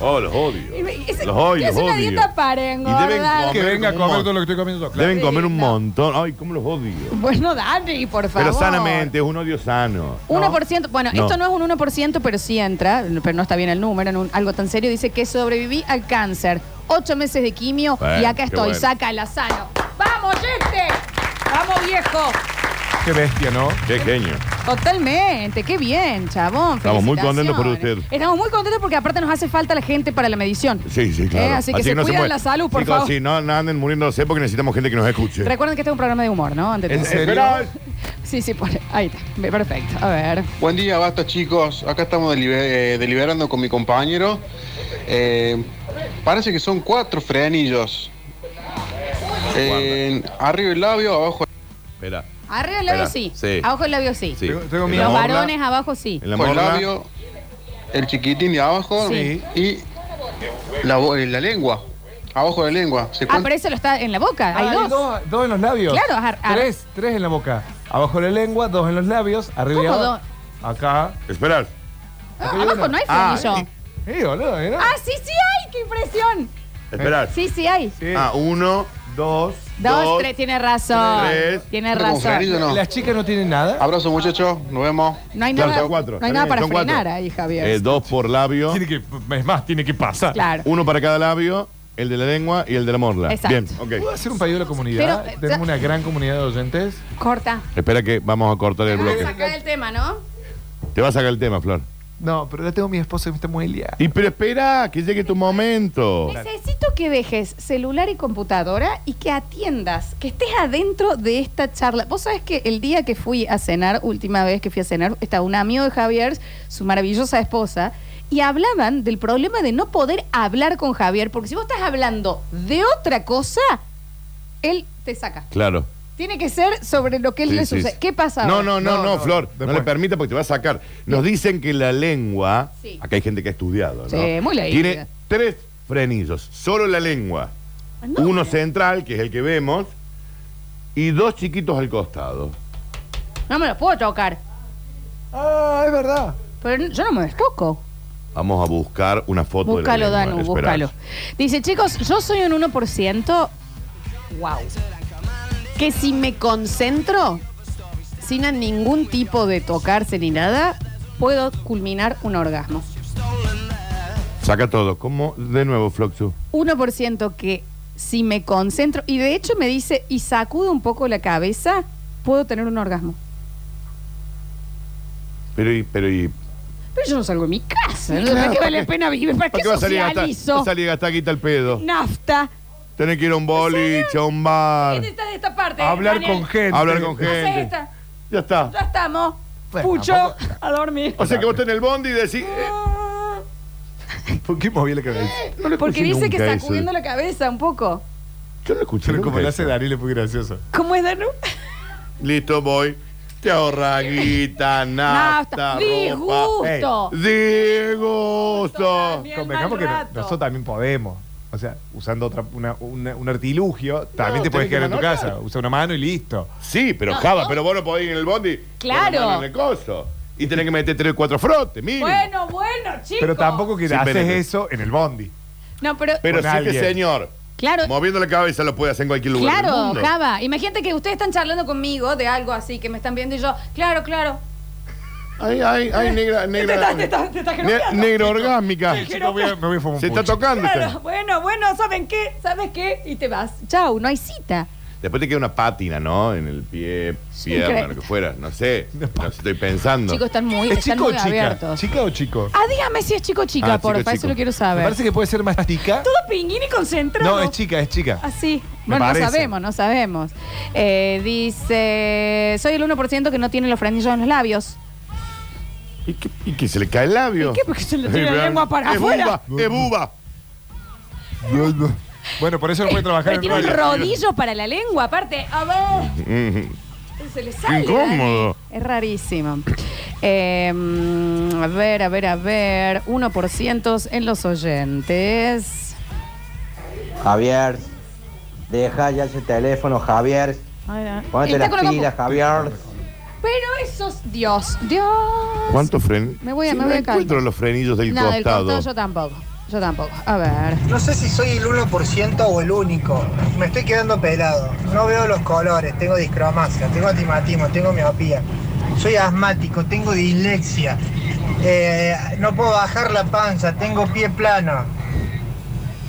Speaker 3: Oh, los odio.
Speaker 2: Y me- es-
Speaker 3: Los odio,
Speaker 2: es
Speaker 3: los
Speaker 2: una
Speaker 3: odio.
Speaker 2: dieta para engordar.
Speaker 4: Que venga a
Speaker 3: como un mon-
Speaker 4: comer todo lo que estoy comiendo. yo, claro.
Speaker 3: Deben comer un
Speaker 2: no.
Speaker 3: montón. Ay, cómo los odio.
Speaker 2: Bueno, Dani, por favor.
Speaker 3: Pero sanamente, es un odio sano.
Speaker 2: 1%, bueno,
Speaker 3: No.
Speaker 2: esto no es un 1%, pero sí entra, pero no está bien el número, en un- algo tan serio, dice que sobreviví al cáncer, ocho meses de quimio
Speaker 3: Bueno,
Speaker 2: y acá
Speaker 3: qué
Speaker 2: estoy,
Speaker 3: bueno.
Speaker 2: sácala sano. ¡Vamos, gente! ¡Vamos, viejo!
Speaker 4: Qué bestia, ¿no?
Speaker 3: Qué genio.
Speaker 2: Totalmente, qué bien, chabón.
Speaker 3: Estamos muy contentos por
Speaker 2: felicitaciones.
Speaker 3: usted.
Speaker 2: Estamos muy contentos porque aparte nos hace falta la gente para la medición.
Speaker 3: Sí, sí, claro.
Speaker 2: Eh, así que se
Speaker 3: no
Speaker 2: cuidan
Speaker 3: muere.
Speaker 2: la salud, por
Speaker 3: Chicos,
Speaker 2: favor.
Speaker 3: Sí, no, no anden muriéndose porque necesitamos gente que nos escuche.
Speaker 2: Recuerden que este es un programa de humor, ¿no? Ante
Speaker 4: ¿En
Speaker 2: todo.
Speaker 4: serio?
Speaker 2: Sí, sí, por ahí está. Perfecto. A ver.
Speaker 10: Buen día, basta chicos. Acá estamos delibe- eh, deliberando con mi compañero. Eh, parece que son cuatro frenillos. Eh, arriba el labio, abajo
Speaker 3: Espera.
Speaker 2: Arriba el labio
Speaker 3: Espera,
Speaker 2: sí.
Speaker 3: sí.
Speaker 2: Abajo el labio sí.
Speaker 3: Sí.
Speaker 4: Tengo- tengo
Speaker 3: En
Speaker 4: miedo.
Speaker 3: la
Speaker 2: Los
Speaker 3: morla-
Speaker 2: varones abajo sí.
Speaker 3: En la
Speaker 10: el
Speaker 3: morla.
Speaker 10: labio, el chiquitín de abajo
Speaker 2: Sí.
Speaker 10: y la, bo- eh, la lengua. Abajo de la lengua. ¿Se
Speaker 2: Ah,
Speaker 10: cuenta?
Speaker 2: pero eso lo está en la boca. Hay
Speaker 4: Ah,
Speaker 2: dos.
Speaker 4: dos. dos en los labios.
Speaker 2: Claro, ar- ar-
Speaker 4: tres, tres en la boca. Abajo de la lengua, dos en los labios, arriba y
Speaker 2: ¿Cómo
Speaker 4: abajo. Acá.
Speaker 3: Esperar.
Speaker 2: Ah,
Speaker 4: Acá hay
Speaker 2: abajo
Speaker 4: uno.
Speaker 2: no hay
Speaker 3: Ah,
Speaker 2: frenillo. Ah,
Speaker 3: sí.
Speaker 4: Eh, boludo, ¿eh?
Speaker 2: sí, sí hay. ¡Qué impresión!
Speaker 3: Esperar.
Speaker 2: Sí, sí hay.
Speaker 4: Sí.
Speaker 3: Ah, uno.
Speaker 4: Dos.
Speaker 2: Dos,
Speaker 3: Dos,
Speaker 2: tres. Tiene razón.
Speaker 3: tres.
Speaker 2: Tiene
Speaker 10: ¿Con frenillo
Speaker 2: razón.
Speaker 10: no?
Speaker 4: ¿Las chicas no tienen
Speaker 3: Ah,
Speaker 4: nada?
Speaker 10: Abrazo muchachos, nos vemos.
Speaker 2: No hay
Speaker 3: Claro,
Speaker 2: nada,
Speaker 3: son cuatro.
Speaker 2: no hay
Speaker 3: Está
Speaker 2: nada
Speaker 3: bien,
Speaker 2: para
Speaker 3: son cuatro.
Speaker 2: frenar ahí, Javier.
Speaker 3: Eh, dos por labio.
Speaker 4: Tiene que, es más, tiene que pasar.
Speaker 2: claro.
Speaker 3: Uno para cada labio. El de la lengua y el de la morla.
Speaker 2: Exacto.
Speaker 3: Bien,
Speaker 4: ¿Puedo
Speaker 3: ok.
Speaker 4: hacer un pedido a la comunidad?
Speaker 2: Pero, eh,
Speaker 4: Tenemos
Speaker 2: ya-
Speaker 4: una gran comunidad de oyentes.
Speaker 2: Corta.
Speaker 3: Espera que vamos a cortar el
Speaker 2: Vamos a
Speaker 3: bloque.
Speaker 2: sacar el tema, ¿no?
Speaker 3: Te va a sacar el tema, Flor.
Speaker 4: No, pero ya tengo mi esposa que me está muy liada.
Speaker 3: Y pero espera, que llegue tu momento.
Speaker 2: Necesito que dejes celular y computadora y que atiendas, que estés adentro de esta charla. Vos sabés que el día que fui a cenar, última vez que fui a cenar, estaba un amigo de Javier, su maravillosa esposa, y hablaban del problema de no poder hablar con Javier, porque si vos estás hablando de otra cosa, él te saca.
Speaker 3: Claro.
Speaker 2: Tiene que ser sobre lo que él
Speaker 3: Sí,
Speaker 2: le
Speaker 3: sí,
Speaker 2: sucede.
Speaker 3: sí.
Speaker 2: ¿Qué pasa?
Speaker 3: No,
Speaker 2: ahora?
Speaker 3: no, no,
Speaker 4: No,
Speaker 3: no,
Speaker 4: no,
Speaker 3: Flor. No
Speaker 4: después.
Speaker 3: le permita porque te va a sacar. Nos dicen que la lengua.
Speaker 2: Sí.
Speaker 3: Acá hay gente que ha estudiado, ¿no?
Speaker 2: Sí, muy leída.
Speaker 3: Tiene tres frenillos. Solo la lengua.
Speaker 2: Ah, No.
Speaker 3: Uno central, que es el que vemos. Y dos chiquitos al costado.
Speaker 2: No me lo puedo tocar.
Speaker 4: Ah, es verdad.
Speaker 2: Pero yo no me destoco.
Speaker 3: Vamos a buscar una foto
Speaker 2: Búscalo,
Speaker 3: de la
Speaker 2: Danu,
Speaker 3: lengua, espera.
Speaker 2: búscalo. Dice, chicos, yo soy un 1%. Wow. Que si me concentro, sin a ningún tipo de tocarse ni nada, puedo culminar un orgasmo.
Speaker 3: Saca todo. ¿Cómo? De nuevo, Floxu.
Speaker 2: 1% que si me concentro, y de hecho me dice, y sacudo un poco la cabeza, puedo tener un orgasmo.
Speaker 3: Pero y, pero y.
Speaker 2: Pero yo no salgo de mi casa. ¿no? ¿Para
Speaker 3: Claro,
Speaker 2: qué
Speaker 3: ¿para
Speaker 2: vale
Speaker 3: qué?
Speaker 2: la pena vivir? ¿Para qué
Speaker 3: va a salir a gastar?
Speaker 2: socializo?
Speaker 3: Va a salir a gastar guita el pedo?
Speaker 2: Nafta.
Speaker 3: Tenés que ir a un boliche, a un bar.
Speaker 2: ¿Quién está de esta parte?
Speaker 4: Hablar
Speaker 2: Daniel?
Speaker 4: con gente.
Speaker 3: Hablar con
Speaker 2: Hacé
Speaker 3: gente.
Speaker 2: esta.
Speaker 3: Ya está.
Speaker 2: Ya estamos.
Speaker 4: Bueno,
Speaker 2: Pucho,
Speaker 4: tampoco-
Speaker 2: a dormir.
Speaker 3: O sea que vos tenés el bondi y decís. eh,
Speaker 4: ¿Por qué moví la cabeza?
Speaker 3: no lo
Speaker 2: Porque
Speaker 3: escuché
Speaker 2: dice que
Speaker 3: nunca
Speaker 2: sacudiendo
Speaker 3: eso.
Speaker 2: la cabeza un poco.
Speaker 3: Yo no lo escuché.
Speaker 4: Pero como
Speaker 3: nunca
Speaker 4: le hace
Speaker 3: eso.
Speaker 4: Daniel es muy gracioso.
Speaker 2: ¿Cómo es, Danu?
Speaker 3: Listo, voy. Te ahorra guita, nafta,
Speaker 2: Nafta.
Speaker 3: ropa.
Speaker 2: Disgusto.
Speaker 3: Disgusto.
Speaker 2: Daniel,
Speaker 4: Convengamos
Speaker 2: mal
Speaker 4: que no-
Speaker 2: rato.
Speaker 4: nosotros también podemos. O sea, usando otra, una- una- un artilugio, también te
Speaker 3: tenés
Speaker 4: puedes
Speaker 3: que
Speaker 4: quedar en tu
Speaker 3: manejar.
Speaker 4: casa. Usa una mano y listo.
Speaker 3: Sí, pero
Speaker 2: No,
Speaker 3: Java,
Speaker 2: vos-
Speaker 3: pero vos no podés ir en el bondi.
Speaker 2: Claro.
Speaker 3: con la mano en el coso. Y tenés que meter tres o cuatro frotes, mínimo.
Speaker 2: Bueno, bueno, chicos.
Speaker 4: Pero tampoco que
Speaker 3: Sí,
Speaker 4: haces
Speaker 3: espérate.
Speaker 4: eso en el bondi.
Speaker 2: No, pero.
Speaker 3: pero sí
Speaker 4: con
Speaker 3: que
Speaker 4: alguien.
Speaker 3: señor.
Speaker 2: claro.
Speaker 3: Moviendo la cabeza lo puede hacer en cualquier lugar. del
Speaker 2: Claro,
Speaker 3: mundo.
Speaker 2: Java. Imagínate que ustedes están charlando conmigo de algo así, que me están viendo y yo, claro, claro.
Speaker 3: Ay, ay, ay, negra,
Speaker 2: Te
Speaker 3: negra.
Speaker 2: estás- te estás- te estás
Speaker 3: Ne-
Speaker 2: jeropeando.
Speaker 3: negra orgásmica.
Speaker 4: Sí, no voy a- me voy a fumar un
Speaker 3: Se está
Speaker 4: pucho.
Speaker 3: tocando. este.
Speaker 2: Claro, bueno, bueno, ¿saben qué? ¿Sabes qué? Y te vas. Chau, no hay cita.
Speaker 3: Después te queda una pátina, ¿no? En el pie,
Speaker 2: Sí,
Speaker 3: pierna,
Speaker 2: creo.
Speaker 3: lo que fuera. No sé. No sé, estoy pensando.
Speaker 2: Chicos, están muy,
Speaker 4: ¿Es
Speaker 2: están
Speaker 4: chico o
Speaker 2: muy
Speaker 4: chica?
Speaker 2: abiertos.
Speaker 4: ¿Chica o chico?
Speaker 2: Ah, dígame si es chico o chica,
Speaker 3: Ah, chico,
Speaker 2: porfa, eso
Speaker 3: chico.
Speaker 2: lo quiero
Speaker 4: Me
Speaker 2: saber.
Speaker 4: parece que puede ser más chica.
Speaker 2: Todo pinguín y concentrado.
Speaker 4: No, es chica, es chica.
Speaker 2: Así.
Speaker 4: Me
Speaker 2: Ah, Bueno, no
Speaker 4: parece.
Speaker 2: sabemos, no sabemos. Eh, dice, soy el 1% que no tiene los frenillos en los labios.
Speaker 3: ¿Y qué, y qué, se le cae el labio?
Speaker 2: ¿Y qué? Porque se le tiene la
Speaker 3: Ay,
Speaker 2: lengua para
Speaker 3: es
Speaker 2: afuera.
Speaker 3: Buba, es buba.
Speaker 4: Bueno, por eso no puede trabajar
Speaker 2: Me
Speaker 4: en
Speaker 2: Eh, tiene un
Speaker 4: radio.
Speaker 2: rodillo para la lengua, aparte. A ver.
Speaker 3: Mm,
Speaker 2: Se le sale.
Speaker 3: incómodo.
Speaker 2: Dani. Es rarísimo. Eh, a ver, a ver, a ver. 1% en los oyentes.
Speaker 8: Javier, deja ya ese teléfono, Javier.
Speaker 2: Ay, ay.
Speaker 8: Ponete
Speaker 2: Está
Speaker 8: las
Speaker 2: con la
Speaker 8: pilas, Javier.
Speaker 2: Pero esos. Dios, Dios.
Speaker 3: ¿Cuántos frenos?
Speaker 2: Me voy a- me
Speaker 3: no
Speaker 2: voy a
Speaker 3: encuentro
Speaker 2: calmar.
Speaker 3: los frenillos del
Speaker 2: No, del
Speaker 3: costado.
Speaker 2: costado yo tampoco. Yo tampoco. A ver.
Speaker 11: No sé si soy el 1% o el único. Me estoy quedando pelado. No veo los colores. Tengo discromasia, tengo atimatismo, tengo miopía. Soy asmático, tengo dislexia. Eh, no puedo bajar la panza, tengo pie plano.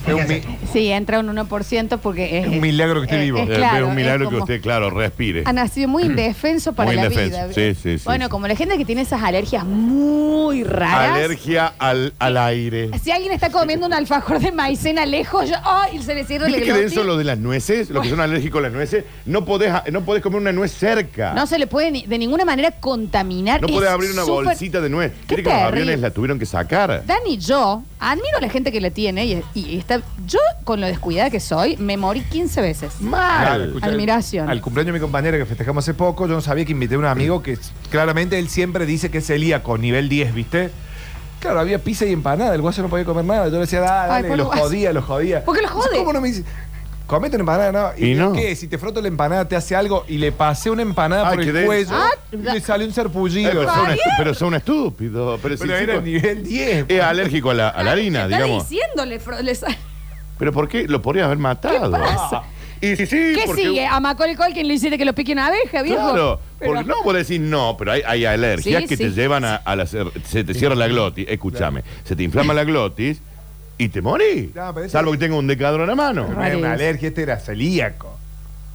Speaker 4: Es un mi-
Speaker 2: Sí, entra un 1% porque es.
Speaker 4: Es un milagro que esté vivo.
Speaker 2: Es,
Speaker 3: Eh,
Speaker 2: claro,
Speaker 3: pero un milagro
Speaker 2: es
Speaker 3: que
Speaker 2: como-
Speaker 3: usted, claro, respire.
Speaker 2: Ha nacido muy indefenso para
Speaker 3: Muy
Speaker 2: la
Speaker 3: indefenso,
Speaker 2: vida.
Speaker 3: sí, sí, sí,
Speaker 2: Bueno,
Speaker 3: sí.
Speaker 2: como la gente que tiene esas alergias muy raras.
Speaker 3: Alergia al, al aire.
Speaker 2: Si alguien está comiendo un alfajor de maicena lejos, yo, ¡ay! se le cierra el
Speaker 3: ¿Viste que de
Speaker 2: glotis.
Speaker 3: eso lo de las nueces? Los que son alérgicos a las nueces, no podés, a- no podés comer una nuez cerca.
Speaker 2: No se le puede ni- de ninguna manera contaminar.
Speaker 3: No podés
Speaker 2: Es
Speaker 3: abrir una
Speaker 2: súper-
Speaker 3: bolsita de nuez.
Speaker 2: Qué
Speaker 3: Mire que los
Speaker 2: terrible.
Speaker 3: aviones la tuvieron que sacar.
Speaker 2: Dani, yo admiro a la gente que la tiene y, y está. Yo, con lo descuidada que soy, me morí 15 veces.
Speaker 4: Claro,
Speaker 3: Mal.
Speaker 4: escucha,
Speaker 2: Admiración.
Speaker 4: Al cumpleaños de mi compañera que festejamos hace poco, yo no sabía que invité a un amigo que claramente él siempre dice que es celíaco, nivel 10, ¿viste? Claro, había pizza y empanada, el guaso no podía comer nada. Yo le decía, "Ah,
Speaker 2: Ay,
Speaker 4: dale,
Speaker 2: pobre
Speaker 4: lo
Speaker 2: guaso.
Speaker 4: jodía, lo jodía.
Speaker 2: ¿Por qué lo
Speaker 4: Entonces,
Speaker 2: jode?
Speaker 4: ¿Cómo no me dice? Comete una empanada, ¿no?
Speaker 3: Y no.
Speaker 4: ¿Qué? Si te froto la empanada, te hace algo y le pasé una empanada
Speaker 3: Ay,
Speaker 4: por
Speaker 3: qué
Speaker 4: el
Speaker 3: denso.
Speaker 4: cuello
Speaker 2: Ah,
Speaker 4: y le salió un
Speaker 3: Eh,
Speaker 4: serpullido.
Speaker 3: pero, son
Speaker 2: Está
Speaker 3: estu- pero son estúpidos. Pero, si
Speaker 4: Pero
Speaker 3: el
Speaker 4: era
Speaker 3: chico
Speaker 4: nivel pues. 10.
Speaker 3: es alérgico a la, a la harina,
Speaker 2: Está
Speaker 3: digamos.
Speaker 2: diciéndole, Fro- le sa-
Speaker 3: Pero ¿por qué? Lo podrías haber matado.
Speaker 2: pasa?
Speaker 3: Y sí, sí,
Speaker 2: ¿Qué
Speaker 3: porque-
Speaker 2: sigue? ¿A Macaulay Culkin le hiciste que lo pique una abeja, viejo?
Speaker 3: Claro,
Speaker 2: Pero-
Speaker 3: porque no vos decís no, pero hay, hay alergias
Speaker 2: Sí,
Speaker 3: que
Speaker 2: sí.
Speaker 3: te llevan a, a la cer- se te cierra la glotis, escúchame, se te inflama la glotis y te morís.
Speaker 4: No, pero ese-
Speaker 3: salvo que tenga un decadro en la mano.
Speaker 4: Pero no era una alergia, este era celíaco.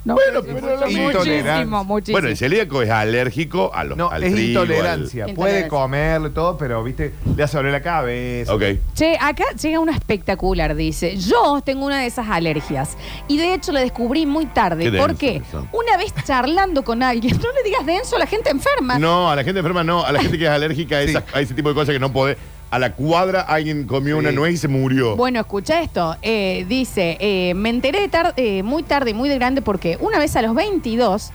Speaker 2: No,
Speaker 3: Bueno,
Speaker 2: sí,
Speaker 3: pero la
Speaker 2: muchísimo,
Speaker 4: intolerancia.
Speaker 2: muchísimo.
Speaker 3: Bueno, el celíaco es alérgico a los
Speaker 4: No,
Speaker 3: al
Speaker 4: es
Speaker 3: trigo,
Speaker 4: intolerancia.
Speaker 2: al-
Speaker 4: Puede
Speaker 2: Intolerancia.
Speaker 4: comerlo y todo, pero, viste, le hace doler la
Speaker 3: al-
Speaker 4: cabeza.
Speaker 3: Ok.
Speaker 2: Che, acá llega una espectacular, dice. Yo tengo una de esas alergias. Y de hecho la descubrí muy tarde.
Speaker 3: Qué
Speaker 2: ¿Por
Speaker 3: denso
Speaker 2: qué?
Speaker 3: que son.
Speaker 2: Una vez charlando con alguien, no le digas denso a la gente enferma.
Speaker 3: No, a la gente enferma no, a la gente que es alérgica a,
Speaker 4: Sí.
Speaker 3: esas- a ese tipo de cosas que no podés. A la cuadra alguien comió una
Speaker 4: Sí.
Speaker 3: nuez y se murió.
Speaker 2: Bueno, escucha esto. Eh, dice, eh, me enteré tar- eh, muy tarde y muy de grande porque una vez a los 22,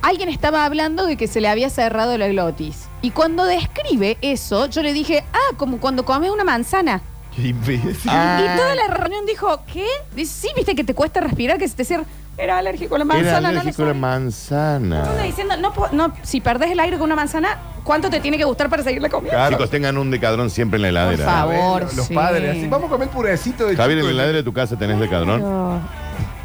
Speaker 2: alguien estaba hablando de que se le había cerrado la glotis. Y cuando describe eso, yo le dije, ah, como cuando comes una manzana.
Speaker 4: Qué imbécil.
Speaker 3: Ah.
Speaker 2: Y toda la reunión dijo, ¿qué? Dice, sí, viste que te cuesta respirar, que se te cierra. Era alérgico a la
Speaker 3: Era
Speaker 2: manzana, no le
Speaker 3: alérgico a la
Speaker 2: sabía.
Speaker 3: manzana.
Speaker 2: Estuve diciendo, no, po- no, si perdés el aire con una manzana, ¿Cuánto te tiene que gustar para seguir la comida?
Speaker 3: Chicos, tengan un decadrón siempre en la
Speaker 2: Por
Speaker 3: heladera.
Speaker 2: favor,
Speaker 4: Los
Speaker 2: sí.
Speaker 4: padres, así, vamos a comer purecito de
Speaker 3: Javier, en
Speaker 4: chico.
Speaker 3: la heladera de tu casa tenés decadrón.
Speaker 2: No.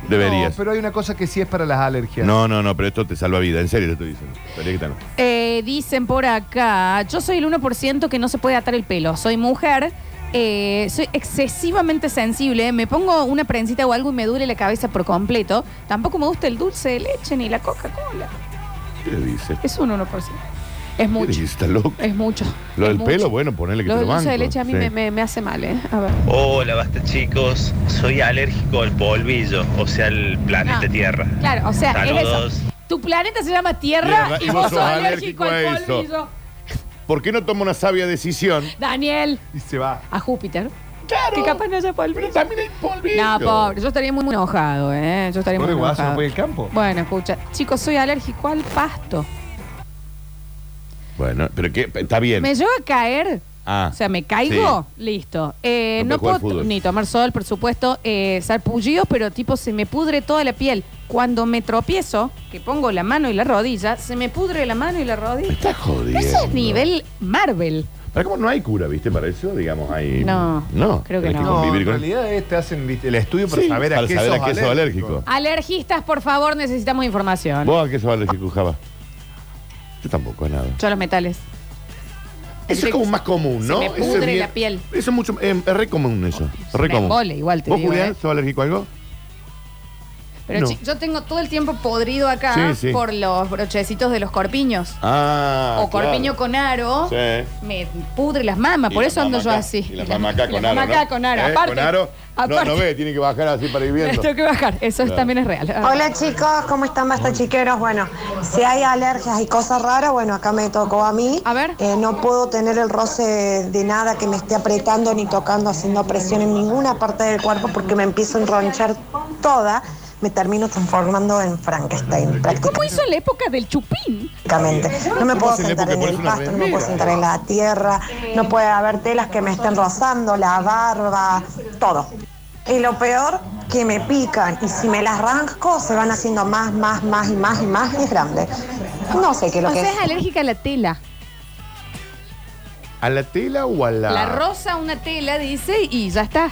Speaker 3: Deberías.
Speaker 4: No, pero hay una cosa que sí es para las alergias.
Speaker 3: No, no, no, pero esto te salva vida, en serio te estoy diciendo. Estaría que te no.
Speaker 2: Eh, dicen por acá, yo soy el 1% que no se puede atar el pelo. Soy mujer, eh, soy excesivamente sensible, me pongo una prensita o algo y me duele la cabeza por completo. Tampoco me gusta el dulce de leche ni la Coca-Cola.
Speaker 3: ¿Qué le dice?
Speaker 2: Es un 1%. Es
Speaker 3: ¿Qué le
Speaker 2: mucho.
Speaker 3: dice? Está loco.
Speaker 2: Es mucho.
Speaker 3: Lo
Speaker 2: es
Speaker 3: del
Speaker 2: mucho.
Speaker 3: pelo, bueno, ponele que
Speaker 2: Lo
Speaker 3: te
Speaker 2: del
Speaker 3: lo
Speaker 2: dulce de
Speaker 3: banco,
Speaker 2: leche a mí
Speaker 3: sí.
Speaker 2: me, me- me hace mal, ¿eh? A ver.
Speaker 12: Hola, basta chicos. Soy alérgico al polvillo, o sea, al planeta
Speaker 2: Ah,
Speaker 12: Tierra.
Speaker 2: Claro, o sea,
Speaker 12: Saludos.
Speaker 2: es eso. Tu planeta se llama Tierra
Speaker 3: Tierra,
Speaker 2: y, vos sos alérgico al
Speaker 3: eso.
Speaker 2: polvillo.
Speaker 3: ¿Por qué no toma una sabia decisión?
Speaker 2: Daniel,
Speaker 4: Y se va.
Speaker 2: a Júpiter. Claro. Que capaz no haya polvillo.
Speaker 3: también hay polvillo.
Speaker 2: No, pobre. Yo estaría muy, muy enojado, ¿eh? Yo estaría muy
Speaker 4: Pobre guaso,
Speaker 2: enojado.
Speaker 4: no puede ir al campo.
Speaker 2: Bueno, escucha. Chicos, soy alérgico al pasto.
Speaker 3: Bueno, pero qué, está bien.
Speaker 2: ¿Me llevo a caer?
Speaker 3: Ah,
Speaker 2: O sea, ¿me caigo? Listo. Eh,
Speaker 3: No puede
Speaker 2: no puedo
Speaker 3: jugar fútbol.
Speaker 2: ni tomar sol, por supuesto, eh, sarpullidos, pero tipo se me pudre toda la piel. Cuando me tropiezo, que pongo la mano y la rodilla, se me pudre la mano y la rodilla.
Speaker 3: jodido.
Speaker 2: Eso es nivel Marvel.
Speaker 3: Para como no hay cura, ¿viste? Para eso, digamos, hay.
Speaker 2: No,
Speaker 3: No,
Speaker 2: creo que
Speaker 3: tenés
Speaker 2: no.
Speaker 3: convivir
Speaker 4: en
Speaker 3: con-
Speaker 4: realidad es, te hacen viste, el estudio para
Speaker 3: Sí,
Speaker 4: saber a
Speaker 3: para
Speaker 4: qué
Speaker 3: saber
Speaker 4: sos
Speaker 3: a qué sos
Speaker 4: alérgico.
Speaker 3: alérgico.
Speaker 2: Alergistas, por favor, necesitamos información.
Speaker 3: ¿Vos a qué sos alérgico, Java? Yo tampoco a nada.
Speaker 2: Yo a los metales.
Speaker 3: Eso es como más común, ¿no?
Speaker 2: Se
Speaker 3: Eso
Speaker 2: me
Speaker 3: es
Speaker 2: pudre
Speaker 3: bien-
Speaker 2: la piel.
Speaker 3: Eso es mucho. eh, es re común eso. re
Speaker 2: me
Speaker 3: común.
Speaker 2: embola igual, te
Speaker 3: ¿Vos,
Speaker 2: digo,
Speaker 3: Julián,
Speaker 2: eh.
Speaker 3: sos alérgico a algo?
Speaker 2: Pero
Speaker 3: No.
Speaker 2: chi- yo tengo todo el tiempo podrido acá
Speaker 3: Sí, sí.
Speaker 2: por los brochecitos de los corpiños.
Speaker 3: Ah.
Speaker 2: o corpiño con aro.
Speaker 3: Sí.
Speaker 2: Me pudre las mamas,
Speaker 3: Y
Speaker 2: por
Speaker 3: la
Speaker 2: eso ando yo
Speaker 3: mamaca,
Speaker 2: así.
Speaker 3: y la mamaca
Speaker 2: y
Speaker 3: con
Speaker 2: la
Speaker 3: aro,
Speaker 2: mamaca
Speaker 3: ¿no?
Speaker 2: con aro,
Speaker 3: ¿Eh?
Speaker 2: aparte.
Speaker 3: Con aro. No,
Speaker 2: Aparte.
Speaker 3: no ve, tiene que bajar así para ir viendo.
Speaker 2: Tengo que bajar, eso
Speaker 3: Claro.
Speaker 2: también es real. Ah.
Speaker 13: Hola chicos, ¿cómo están basta chiqueros? Bueno, si hay alergias y cosas raras, bueno, acá me tocó a mí. A ver. no puedo tener el roce de nada que me esté apretando ni tocando, haciendo presión en ninguna parte del cuerpo porque me empiezo a enronchar toda, me termino transformando en Frankenstein
Speaker 2: ¿Cómo hizo en la época del chupín?
Speaker 13: prácticamente. No me
Speaker 2: ¿Cómo
Speaker 13: puedo
Speaker 2: se le
Speaker 13: sentar en
Speaker 2: puede
Speaker 13: el
Speaker 2: poner una
Speaker 13: pasto, no me puedo
Speaker 2: remera?
Speaker 13: sentar en la tierra, no puede haber telas que me estén rozando, la barba, todo. Y lo peor, que me pican y si me las rasco se van haciendo más, más, más y más y más y es grande. No sé qué es lo
Speaker 2: O
Speaker 13: que
Speaker 2: sea,
Speaker 13: es.
Speaker 2: es alérgica a la tela.
Speaker 3: ¿A la tela o a la.?
Speaker 2: La rosa, una tela, dice, y ya está.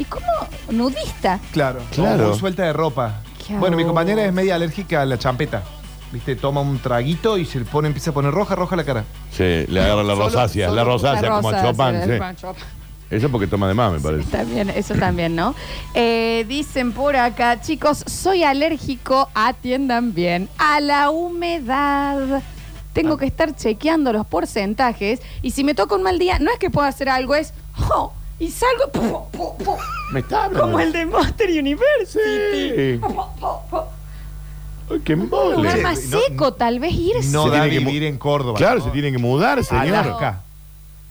Speaker 2: ¿Y cómo? Nudista.
Speaker 4: Claro,
Speaker 3: Claro.
Speaker 4: O suelta de ropa.
Speaker 2: Qué
Speaker 4: Bueno, mi
Speaker 2: horror.
Speaker 4: compañera es media alérgica a la champeta. Viste, toma un traguito y se le pone, empieza a poner roja, roja la cara.
Speaker 3: Sí, le agarra la
Speaker 4: Solo-
Speaker 3: rosácea.
Speaker 4: solo
Speaker 3: la rosácea,
Speaker 2: La
Speaker 3: como
Speaker 2: rosa,
Speaker 3: a Chopin,
Speaker 2: se
Speaker 3: sí.
Speaker 2: ve Juan Chopin.
Speaker 3: Eso porque toma de más, me parece.
Speaker 2: También, eso también, ¿no? Eh, dicen por acá, chicos, soy alérgico, atiendan bien, a la humedad. Tengo
Speaker 4: Ah.
Speaker 2: que estar chequeando los porcentajes y si me toca un mal día, no es que pueda hacer algo, es... ¡oh! Y salgo... ¡pu, pu, pu!
Speaker 3: Me está
Speaker 4: Ah.
Speaker 3: hablando.
Speaker 2: Como el de Monster University.
Speaker 3: Sí. Ay, ¡Qué
Speaker 2: Un
Speaker 3: mole!
Speaker 2: lugar más seco, tal vez irse.
Speaker 4: No
Speaker 3: Se
Speaker 4: da
Speaker 3: tiene que
Speaker 4: vivir
Speaker 3: mu-
Speaker 4: en Córdoba.
Speaker 3: Claro, se tiene que mudar, señor.
Speaker 4: Alaska.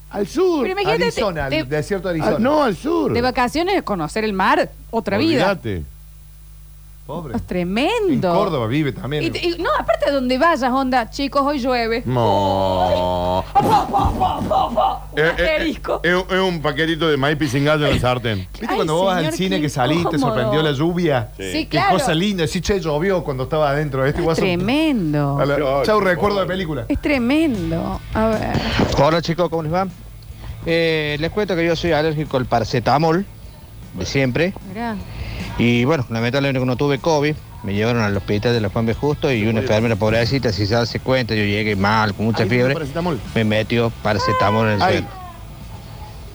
Speaker 3: Al sur.
Speaker 2: Pero imagínate,
Speaker 4: Arizona,
Speaker 2: te-
Speaker 4: al desierto de
Speaker 3: Ah,
Speaker 4: Arizona.
Speaker 3: no, al sur.
Speaker 2: De vacaciones, conocer el mar, otra vida.
Speaker 3: Olvídate.
Speaker 4: Pobre.
Speaker 2: Es tremendo.
Speaker 4: En Córdoba vive también.
Speaker 2: Y te- y- no, aparte de donde vayas, onda, chicos, hoy llueve.
Speaker 3: No. Eh, eh,
Speaker 2: Asterisco.
Speaker 3: eh, Es un paquetito de maíz pisingado en la sartén.
Speaker 4: ¿Viste
Speaker 2: Ay,
Speaker 4: cuando vos vas al
Speaker 2: señor,
Speaker 4: cine
Speaker 2: qué
Speaker 4: que salís te
Speaker 2: incómodo.
Speaker 4: sorprendió la lluvia?
Speaker 2: Sí. Sí,
Speaker 4: Qué
Speaker 2: claro.
Speaker 4: cosa linda. Sí, che, llovió cuando estaba adentro. Este guaso-
Speaker 2: Tremendo.
Speaker 4: A la- Chau,
Speaker 3: qué
Speaker 4: recuerdo de
Speaker 3: pobre.
Speaker 4: película.
Speaker 2: Es tremendo. A ver.
Speaker 14: Hola chicos, ¿cómo les va? Eh, les cuento que yo soy alérgico al paracetamol, de siempre.
Speaker 2: Mirá.
Speaker 14: Y bueno, lamentablemente cuando tuve COVID, me llevaron al hospital de la Juan B. Justo y una enfermera pobrecita, si se hace cuenta, yo llegué mal, con mucha
Speaker 3: Ahí
Speaker 14: fiebre,
Speaker 3: tengo paracetamol.
Speaker 14: me metió paracetamol en el
Speaker 3: Ay.
Speaker 14: suelo.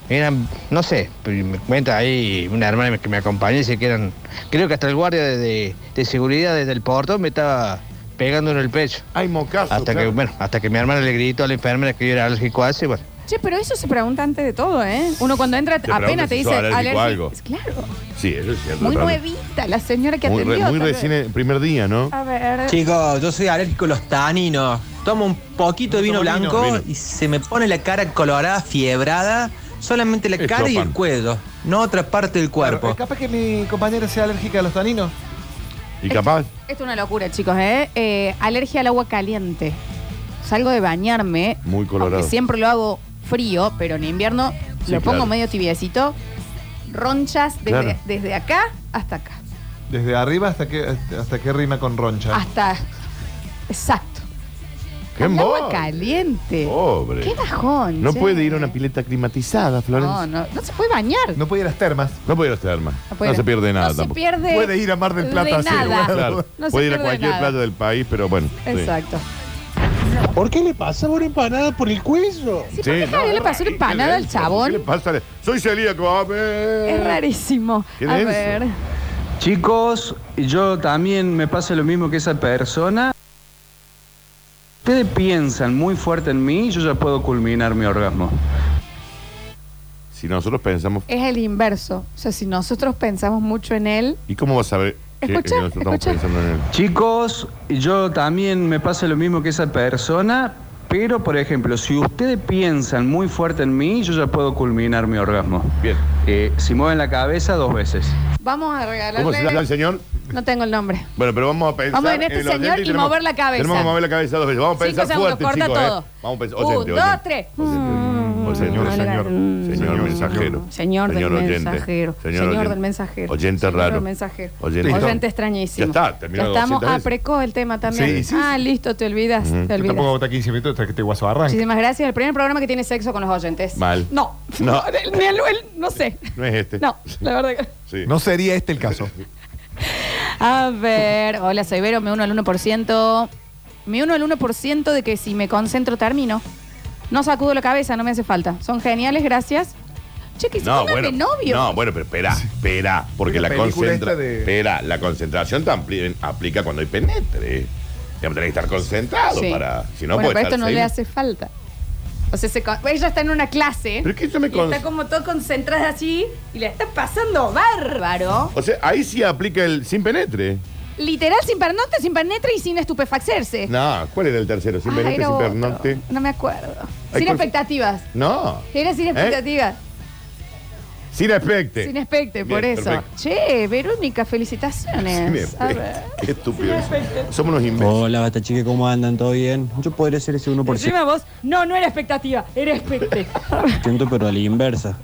Speaker 14: Eran, no sé, pero me cuenta ahí una hermana que me acompañó y dice que eran, creo que hasta el guardia de, de- de seguridad desde el portón me estaba pegando en el pecho.
Speaker 3: Ay, mocazo.
Speaker 14: Hasta que,
Speaker 3: claro.
Speaker 14: bueno, hasta que mi hermana le gritó a la enfermera que yo era alérgico a eso y bueno.
Speaker 2: Che, pero eso se pregunta antes de todo, ¿eh? Uno cuando entra
Speaker 3: Te pregunta
Speaker 2: apenas te
Speaker 3: si
Speaker 2: dice
Speaker 3: sos alérgico a
Speaker 2: alérgico.
Speaker 3: algo.
Speaker 2: Claro.
Speaker 3: Sí, eso es cierto.
Speaker 2: Muy
Speaker 3: Fran.
Speaker 2: nuevita la señora que
Speaker 3: Muy, re-
Speaker 2: atendió.
Speaker 3: muy
Speaker 2: tal
Speaker 3: recién
Speaker 2: vez. Ah,
Speaker 3: el primer día, ¿no?
Speaker 2: A ver.
Speaker 15: Chicos, yo soy alérgico a los taninos. Tomo un poquito de vino
Speaker 3: Tomo vino.
Speaker 15: blanco
Speaker 3: Vino.
Speaker 15: y se me pone la cara colorada, fiebrada. Solamente la
Speaker 3: Es
Speaker 15: cara y el
Speaker 3: Chopin.
Speaker 15: cuello, no otra parte del
Speaker 4: Claro,
Speaker 15: cuerpo.
Speaker 4: capaz que mi compañera sea alérgica a los taninos.
Speaker 3: Y capaz.
Speaker 2: Esto es una locura, chicos, ¿eh? Eh, Alergia al agua caliente. Salgo de bañarme.
Speaker 3: Muy colorado.
Speaker 2: aunque siempre lo hago frío, pero en invierno
Speaker 3: Sí,
Speaker 2: lo pongo
Speaker 3: claro.
Speaker 2: medio tibiecito. Ronchas desde,
Speaker 3: Claro.
Speaker 2: desde acá hasta acá. Ah.
Speaker 4: Desde arriba hasta que hasta que rima con roncha.
Speaker 2: Hasta. Exacto.
Speaker 3: Ah. Qué Oh.
Speaker 2: Con agua
Speaker 3: embole.
Speaker 2: caliente.
Speaker 3: Pobre.
Speaker 2: Qué bajón.
Speaker 3: No
Speaker 2: che.
Speaker 3: puede ir a una pileta climatizada,
Speaker 2: No,
Speaker 3: Florencia.
Speaker 2: no, no se puede bañar.
Speaker 4: No puede ir a las termas.
Speaker 3: No puede ir a las termas. No,
Speaker 2: puede ir.
Speaker 3: se pierde nada
Speaker 2: No se
Speaker 3: tampoco.
Speaker 2: pierde.
Speaker 4: Puede ir a Mar del Plata a
Speaker 2: De
Speaker 4: hacer
Speaker 2: nada.
Speaker 3: Claro.
Speaker 2: No se
Speaker 3: puede ir a
Speaker 2: pierde
Speaker 3: cualquier
Speaker 2: nada.
Speaker 3: playa del país, pero bueno. sí.
Speaker 2: Exacto.
Speaker 16: ¿Por qué le pasa una empanada por el cuello?
Speaker 2: Sí, ¿por qué Javier le pasó una empanada al chabón?
Speaker 3: ¿Qué le pasa? Soy celíaco. A ver.
Speaker 2: Es rarísimo.
Speaker 3: ¿Qué
Speaker 2: a
Speaker 3: es eso?
Speaker 2: ver.
Speaker 17: Chicos, yo también me pasa lo mismo que esa persona. Ustedes piensan muy fuerte en mí, yo ya puedo culminar mi orgasmo.
Speaker 3: Si nosotros pensamos.
Speaker 2: Es el inverso. O sea, si nosotros pensamos mucho en él,
Speaker 3: ¿Y cómo vas a ver que, que
Speaker 2: Escucha,
Speaker 3: nosotros estamos
Speaker 2: escucha.
Speaker 3: pensando en él?
Speaker 17: Chicos, yo también me pasa lo mismo que esa persona, pero por ejemplo, si ustedes piensan muy fuerte en mí, yo ya puedo culminar mi orgasmo. Eh,
Speaker 3: Bien.
Speaker 17: si mueven la cabeza, dos veces.
Speaker 2: vamos a
Speaker 3: ¿Cómo se llama
Speaker 2: regalarle.
Speaker 3: el señor?
Speaker 2: No tengo el nombre.
Speaker 3: Bueno, pero vamos a pensar.
Speaker 2: Vamos en este
Speaker 3: el oyente
Speaker 2: señor y
Speaker 3: tenemos-
Speaker 2: mover la cabeza.
Speaker 3: Tenemos que mover la cabeza dos veces. Vamos a
Speaker 2: Cinco
Speaker 3: pensar
Speaker 2: segundos,
Speaker 3: fuerte,
Speaker 2: corta
Speaker 3: chicos,
Speaker 2: todo.
Speaker 3: ¿eh? Vamos a pensar.
Speaker 2: Un,
Speaker 3: Oyente,
Speaker 2: dos,
Speaker 3: oyente.
Speaker 2: tres.
Speaker 3: Oyente,
Speaker 2: Mm,
Speaker 3: señor, señor
Speaker 2: mm,
Speaker 3: mensajero.
Speaker 2: Señor del
Speaker 3: oyente.
Speaker 2: mensajero. Señor,
Speaker 3: oyente.
Speaker 2: del mensajero.
Speaker 3: Oyente
Speaker 2: Señor
Speaker 3: raro.
Speaker 2: del mensajero.
Speaker 3: Oyente.
Speaker 2: Oyente,
Speaker 3: Listo.
Speaker 2: extrañísimo.
Speaker 3: Ya está, terminó
Speaker 2: Ya estamos.
Speaker 3: 200
Speaker 2: Ah,
Speaker 3: veces.
Speaker 2: precó el tema también.
Speaker 4: Sí, sí,
Speaker 2: ah, listo, te olvidas.
Speaker 4: Ujú.
Speaker 2: Te
Speaker 4: Yo
Speaker 2: olvidas.
Speaker 4: tampoco voy a estar 15 minutos hasta que te guaso arranque.
Speaker 2: Muchísimas gracias. El primer programa que tiene sexo con los oyentes.
Speaker 4: Mal.
Speaker 2: No.
Speaker 4: No.
Speaker 2: Ni el- el- no sé.
Speaker 3: No es este.
Speaker 2: No, la verdad que.
Speaker 4: No sería este el caso.
Speaker 2: A ver, hola, soy Vero, me uno al 1%. Me uno al 1% de que si me concentro termino. No sacudo la cabeza, no me hace falta. Son geniales, gracias. Che, que se
Speaker 3: No,
Speaker 2: pongan
Speaker 3: bueno,
Speaker 2: de novio.
Speaker 3: no, bueno, pero espera, espera, porque
Speaker 4: La
Speaker 3: la,
Speaker 4: película
Speaker 3: concentra,
Speaker 4: esta de-
Speaker 3: espera, la concentración también aplica cuando hay penetre. Tenés que estar concentrado
Speaker 2: Sí.
Speaker 3: para, si no
Speaker 2: Bueno,
Speaker 3: puede
Speaker 2: pero
Speaker 3: estar
Speaker 2: esto no
Speaker 3: seis-
Speaker 2: le hace falta. O sea, se con- ella está en una clase.
Speaker 3: Pero es que yo me
Speaker 2: y
Speaker 3: con-
Speaker 2: está como todo concentrada así y la está pasando bárbaro.
Speaker 3: O sea, ahí sí aplica el sin penetre.
Speaker 2: Literal, sin pernocte, sin penetre y sin estupefacerse.
Speaker 3: No, ¿cuál era el tercero? Sin
Speaker 2: Ah,
Speaker 3: penetre,
Speaker 2: era
Speaker 3: sin
Speaker 2: otro.
Speaker 3: pernocte.
Speaker 2: No me acuerdo.
Speaker 3: Ay,
Speaker 2: sin
Speaker 3: por-
Speaker 2: expectativas.
Speaker 3: No.
Speaker 2: Era sin
Speaker 3: ¿Eh?
Speaker 2: expectativas.
Speaker 3: Sin expecte.
Speaker 2: Sin expecte, por
Speaker 3: Bien,
Speaker 2: eso.
Speaker 3: perfecto.
Speaker 2: Che, Verónica,
Speaker 3: Sin
Speaker 2: felicitaciones. A
Speaker 3: expecte.
Speaker 2: ver.
Speaker 3: Qué estúpido.
Speaker 2: Sin expecte.
Speaker 3: Somos unos imbéciles.
Speaker 18: Hola, bata chique, ¿cómo andan? ¿Todo bien? Yo podría ser ese 1%.
Speaker 2: Encima vos, no, no era expectativa, era expecte.
Speaker 18: Siento, pero a la inversa.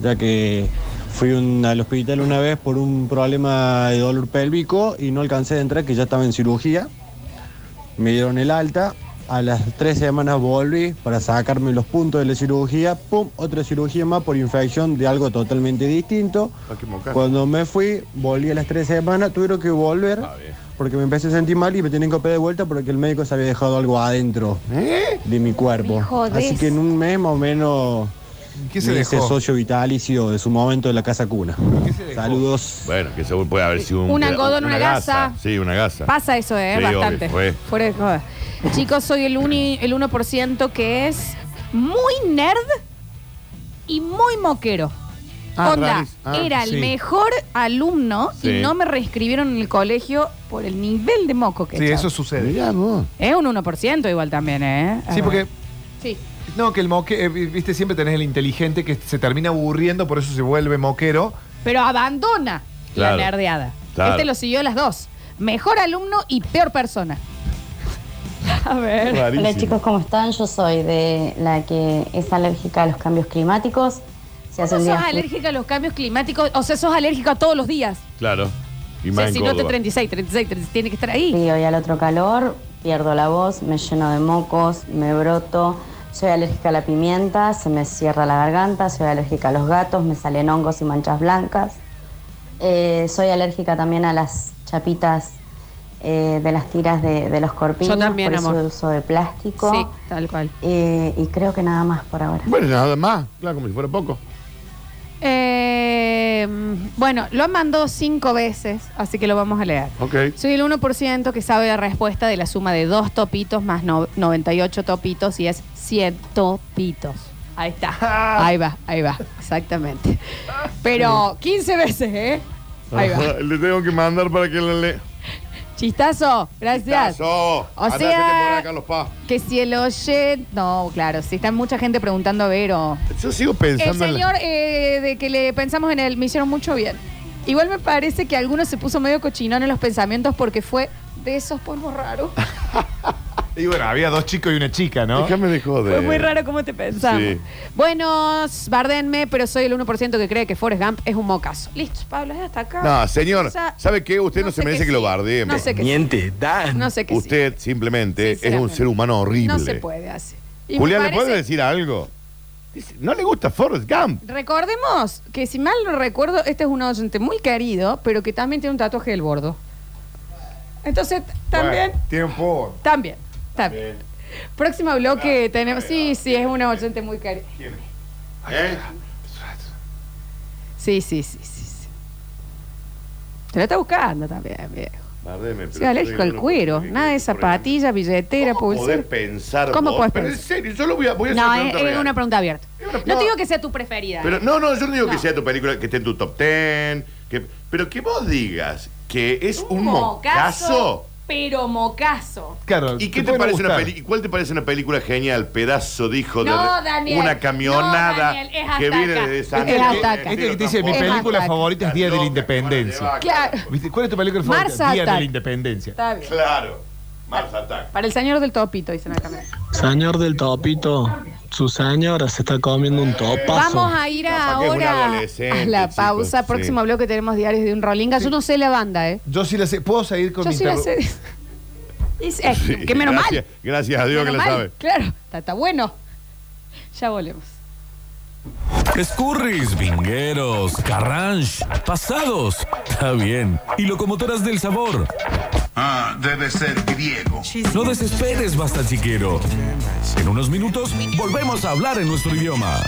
Speaker 18: Ya que fui un- al hospital una vez por un problema de dolor pélvico y no alcancé de entrar, que ya estaba en cirugía. Me dieron el alta. A las tres semanas volví para sacarme los puntos de la cirugía. ¡Pum! Otra cirugía más por infección de algo totalmente distinto.
Speaker 3: Hay que mocar.
Speaker 18: Cuando me fui, volví a las tres semanas, tuvieron que volver porque me empecé a sentir mal y me tienen que operar de vuelta porque el médico se había dejado algo adentro
Speaker 3: ¿Eh?
Speaker 18: de mi cuerpo.
Speaker 2: jodés.
Speaker 18: Así que en un mes más o menos
Speaker 4: ¿Qué se
Speaker 18: me
Speaker 4: dejó?
Speaker 18: hice este socio vitalicio de su momento de la casa cuna. Saludos.
Speaker 3: Bueno, que seguro puede haber sido un,
Speaker 2: Un algodón, una gasa.
Speaker 3: Sí, una gasa.
Speaker 2: Pasa eso, ¿eh?
Speaker 3: Sí,
Speaker 2: Bastante.
Speaker 3: obvio, fue.
Speaker 2: Fuera de joda. Chicos, soy el, uni- el 1% que es muy nerd y muy moquero.
Speaker 19: Ah,
Speaker 2: Onda,
Speaker 19: rarísimo. Ah,
Speaker 2: era el
Speaker 19: sí.
Speaker 2: mejor alumno
Speaker 4: Sí.
Speaker 2: y no me reescribieron en el colegio por el nivel de moco que
Speaker 4: Sí,
Speaker 2: echaba.
Speaker 4: eso sucede.
Speaker 2: Es un 1% igual también, ¿eh? A
Speaker 4: Sí,
Speaker 2: ver.
Speaker 4: porque.
Speaker 2: Sí.
Speaker 4: No, que el moque, eh, viste, siempre tenés el inteligente que se termina aburriendo, por eso se vuelve moquero.
Speaker 2: Pero abandona
Speaker 4: Claro.
Speaker 2: la nerdeada.
Speaker 4: Claro.
Speaker 2: Este lo siguió las dos. Mejor alumno y peor persona. A ver.
Speaker 20: Hola chicos, Pues, ¿cómo están? Yo soy de la que es alérgica a los cambios climáticos. Se hace
Speaker 2: ¿No
Speaker 20: un
Speaker 2: sos
Speaker 20: día fu-
Speaker 2: alérgica a los cambios climáticos? O sea, sos alérgica a todos los días.
Speaker 3: Claro. Y
Speaker 2: O
Speaker 3: más
Speaker 2: sea,
Speaker 3: en
Speaker 2: si no te
Speaker 3: Córdoba.
Speaker 2: 36, 36, 36, tiene que estar ahí.
Speaker 20: frío y al otro calor, pierdo la voz, me lleno de mocos, me broto. Soy alérgica a la pimienta, se me cierra la garganta, soy alérgica a los gatos, me salen hongos y manchas blancas. Eh, soy alérgica también a las chapitas eh, de las tiras de, de los corpiños,
Speaker 2: Yo también,
Speaker 20: por eso
Speaker 2: amor.
Speaker 20: uso de plástico.
Speaker 2: Sí, tal cual.
Speaker 20: Eh, y creo que nada más por ahora.
Speaker 3: Bueno, nada más, claro, como si fuera poco.
Speaker 2: Eh, bueno, lo han mandado cinco veces, así que lo vamos a leer.
Speaker 3: Ok.
Speaker 2: Soy el 1% que sabe la respuesta de la suma de dos topitos más no- 98 topitos y es 100 topitos. Ahí está. Ahí va, ahí va, exactamente. Pero 15 veces, ¿eh? Ahí va.
Speaker 3: Le tengo que mandar para que le lea.
Speaker 2: Chistazo, gracias.
Speaker 3: Chistazo.
Speaker 2: O
Speaker 3: Andá, hacete por
Speaker 2: sea,
Speaker 3: acá, Carlos Paz.
Speaker 2: que si el oye... No, claro, si está mucha gente preguntando a Vero.
Speaker 3: Yo sigo pensando
Speaker 2: El
Speaker 3: en la-
Speaker 2: señor eh, de que le pensamos en él, me hicieron mucho bien. Igual me parece que alguno se puso medio cochinón en los pensamientos porque fue de esos polvos raros.
Speaker 4: Y bueno, había dos chicos y una chica, ¿no?
Speaker 3: Déjame de joder.
Speaker 2: Fue muy raro cómo te pensamos.
Speaker 4: Sí.
Speaker 2: Buenos, bardenme, pero soy el 1% que cree que Forrest Gump es un mocazo. Listo, Pablo, ya hasta acá.
Speaker 3: No, señor,
Speaker 2: O sea,
Speaker 3: ¿sabe qué? Usted no,
Speaker 2: no
Speaker 3: se
Speaker 2: sé
Speaker 3: merece
Speaker 2: que
Speaker 3: que, lo
Speaker 2: sí.
Speaker 3: bardeen.
Speaker 2: No sé que
Speaker 3: Miente, Dan.
Speaker 2: No sé que sí.
Speaker 3: Usted simplemente es un ser humano horrible.
Speaker 2: no se puede así. Y me
Speaker 3: Julián, ¿le puede
Speaker 2: parece-
Speaker 3: decir algo? Dice, no le gusta Forrest Gump.
Speaker 2: Recordemos que, si mal no recuerdo, este es un oyente muy querido, pero que también tiene un tatuaje del bordo. Entonces, t- también,
Speaker 4: Bueno, tiempo.
Speaker 2: también, también. Próximo bloque tenemos. Sí, sí, es un oyente muy querido.
Speaker 3: ¿Eh?
Speaker 2: Sí, sí, sí, sí. sí. Te lo está buscando también, viejo.
Speaker 3: Bardeme,
Speaker 2: Soy alérgico al cuero. Nada de zapatilla, billetera, pulsera.
Speaker 3: Poder pensar.
Speaker 2: ¿Cómo
Speaker 3: vos?
Speaker 2: podés
Speaker 3: Pero en
Speaker 2: pensar?
Speaker 3: serio, yo lo voy a, voy a hacer
Speaker 2: No,
Speaker 3: una
Speaker 2: es,
Speaker 3: pregunta
Speaker 2: es
Speaker 3: real.
Speaker 2: una pregunta abierta. No te digo que sea tu preferida.
Speaker 3: Pero
Speaker 2: ¿eh?
Speaker 3: no, no, yo no digo que sea tu película, que esté en tu top ten, que, pero que vos digas que es un, mocazo.
Speaker 2: Pero mocazo.
Speaker 4: Claro.
Speaker 3: ¿Y
Speaker 4: te
Speaker 3: qué te
Speaker 4: puede no
Speaker 3: parece una
Speaker 4: gustar.
Speaker 3: peli- cuál te parece una película genial? Pedazo de hijo de
Speaker 2: No,
Speaker 3: re-
Speaker 2: Daniel,
Speaker 3: una camionada
Speaker 2: no, Daniel, es hasta
Speaker 3: que viene de
Speaker 2: acá.
Speaker 4: Viste
Speaker 3: San
Speaker 4: que-
Speaker 3: Antonio,
Speaker 2: ataca.
Speaker 4: viste que te
Speaker 3: estilo
Speaker 4: dice, mi
Speaker 2: Es
Speaker 4: película
Speaker 2: ataca.
Speaker 4: favorita es Día de la Independencia.
Speaker 2: Claro.
Speaker 4: ¿Viste? ¿Cuál es tu película favorita?
Speaker 2: Mars
Speaker 4: Día de
Speaker 2: Attack.
Speaker 4: la Independencia.
Speaker 2: Está bien.
Speaker 3: Claro. Mars Attack.
Speaker 2: Para el señor del topito, dicen acá.
Speaker 16: Señor del topito, su señora se está comiendo un topazo.
Speaker 2: Vamos a ir
Speaker 16: Capaz que es un
Speaker 2: ahora
Speaker 16: adolescente,
Speaker 2: a la
Speaker 16: chicos,
Speaker 2: pausa.
Speaker 16: sí.
Speaker 2: Próximo bloque tenemos diarios de un Rolinga. Yo no sé la banda, ¿eh?
Speaker 4: Yo sí la sé. ¿Puedo seguir con
Speaker 2: Yo
Speaker 4: mi
Speaker 2: sí la
Speaker 4: interro-
Speaker 2: sé. Es- eh, que menos
Speaker 3: gracias,
Speaker 2: mal.
Speaker 3: Gracias a Dios
Speaker 2: Menos
Speaker 3: que lo
Speaker 2: mal,
Speaker 3: sabe.
Speaker 2: Claro, está, está bueno. Ya volvemos.
Speaker 19: Escurris, vingueros, carranche, pasados. Está bien. Y locomotoras del sabor. Ah, debe ser griego. No desesperes, basta chiquero. En unos minutos volvemos a hablar en nuestro idioma.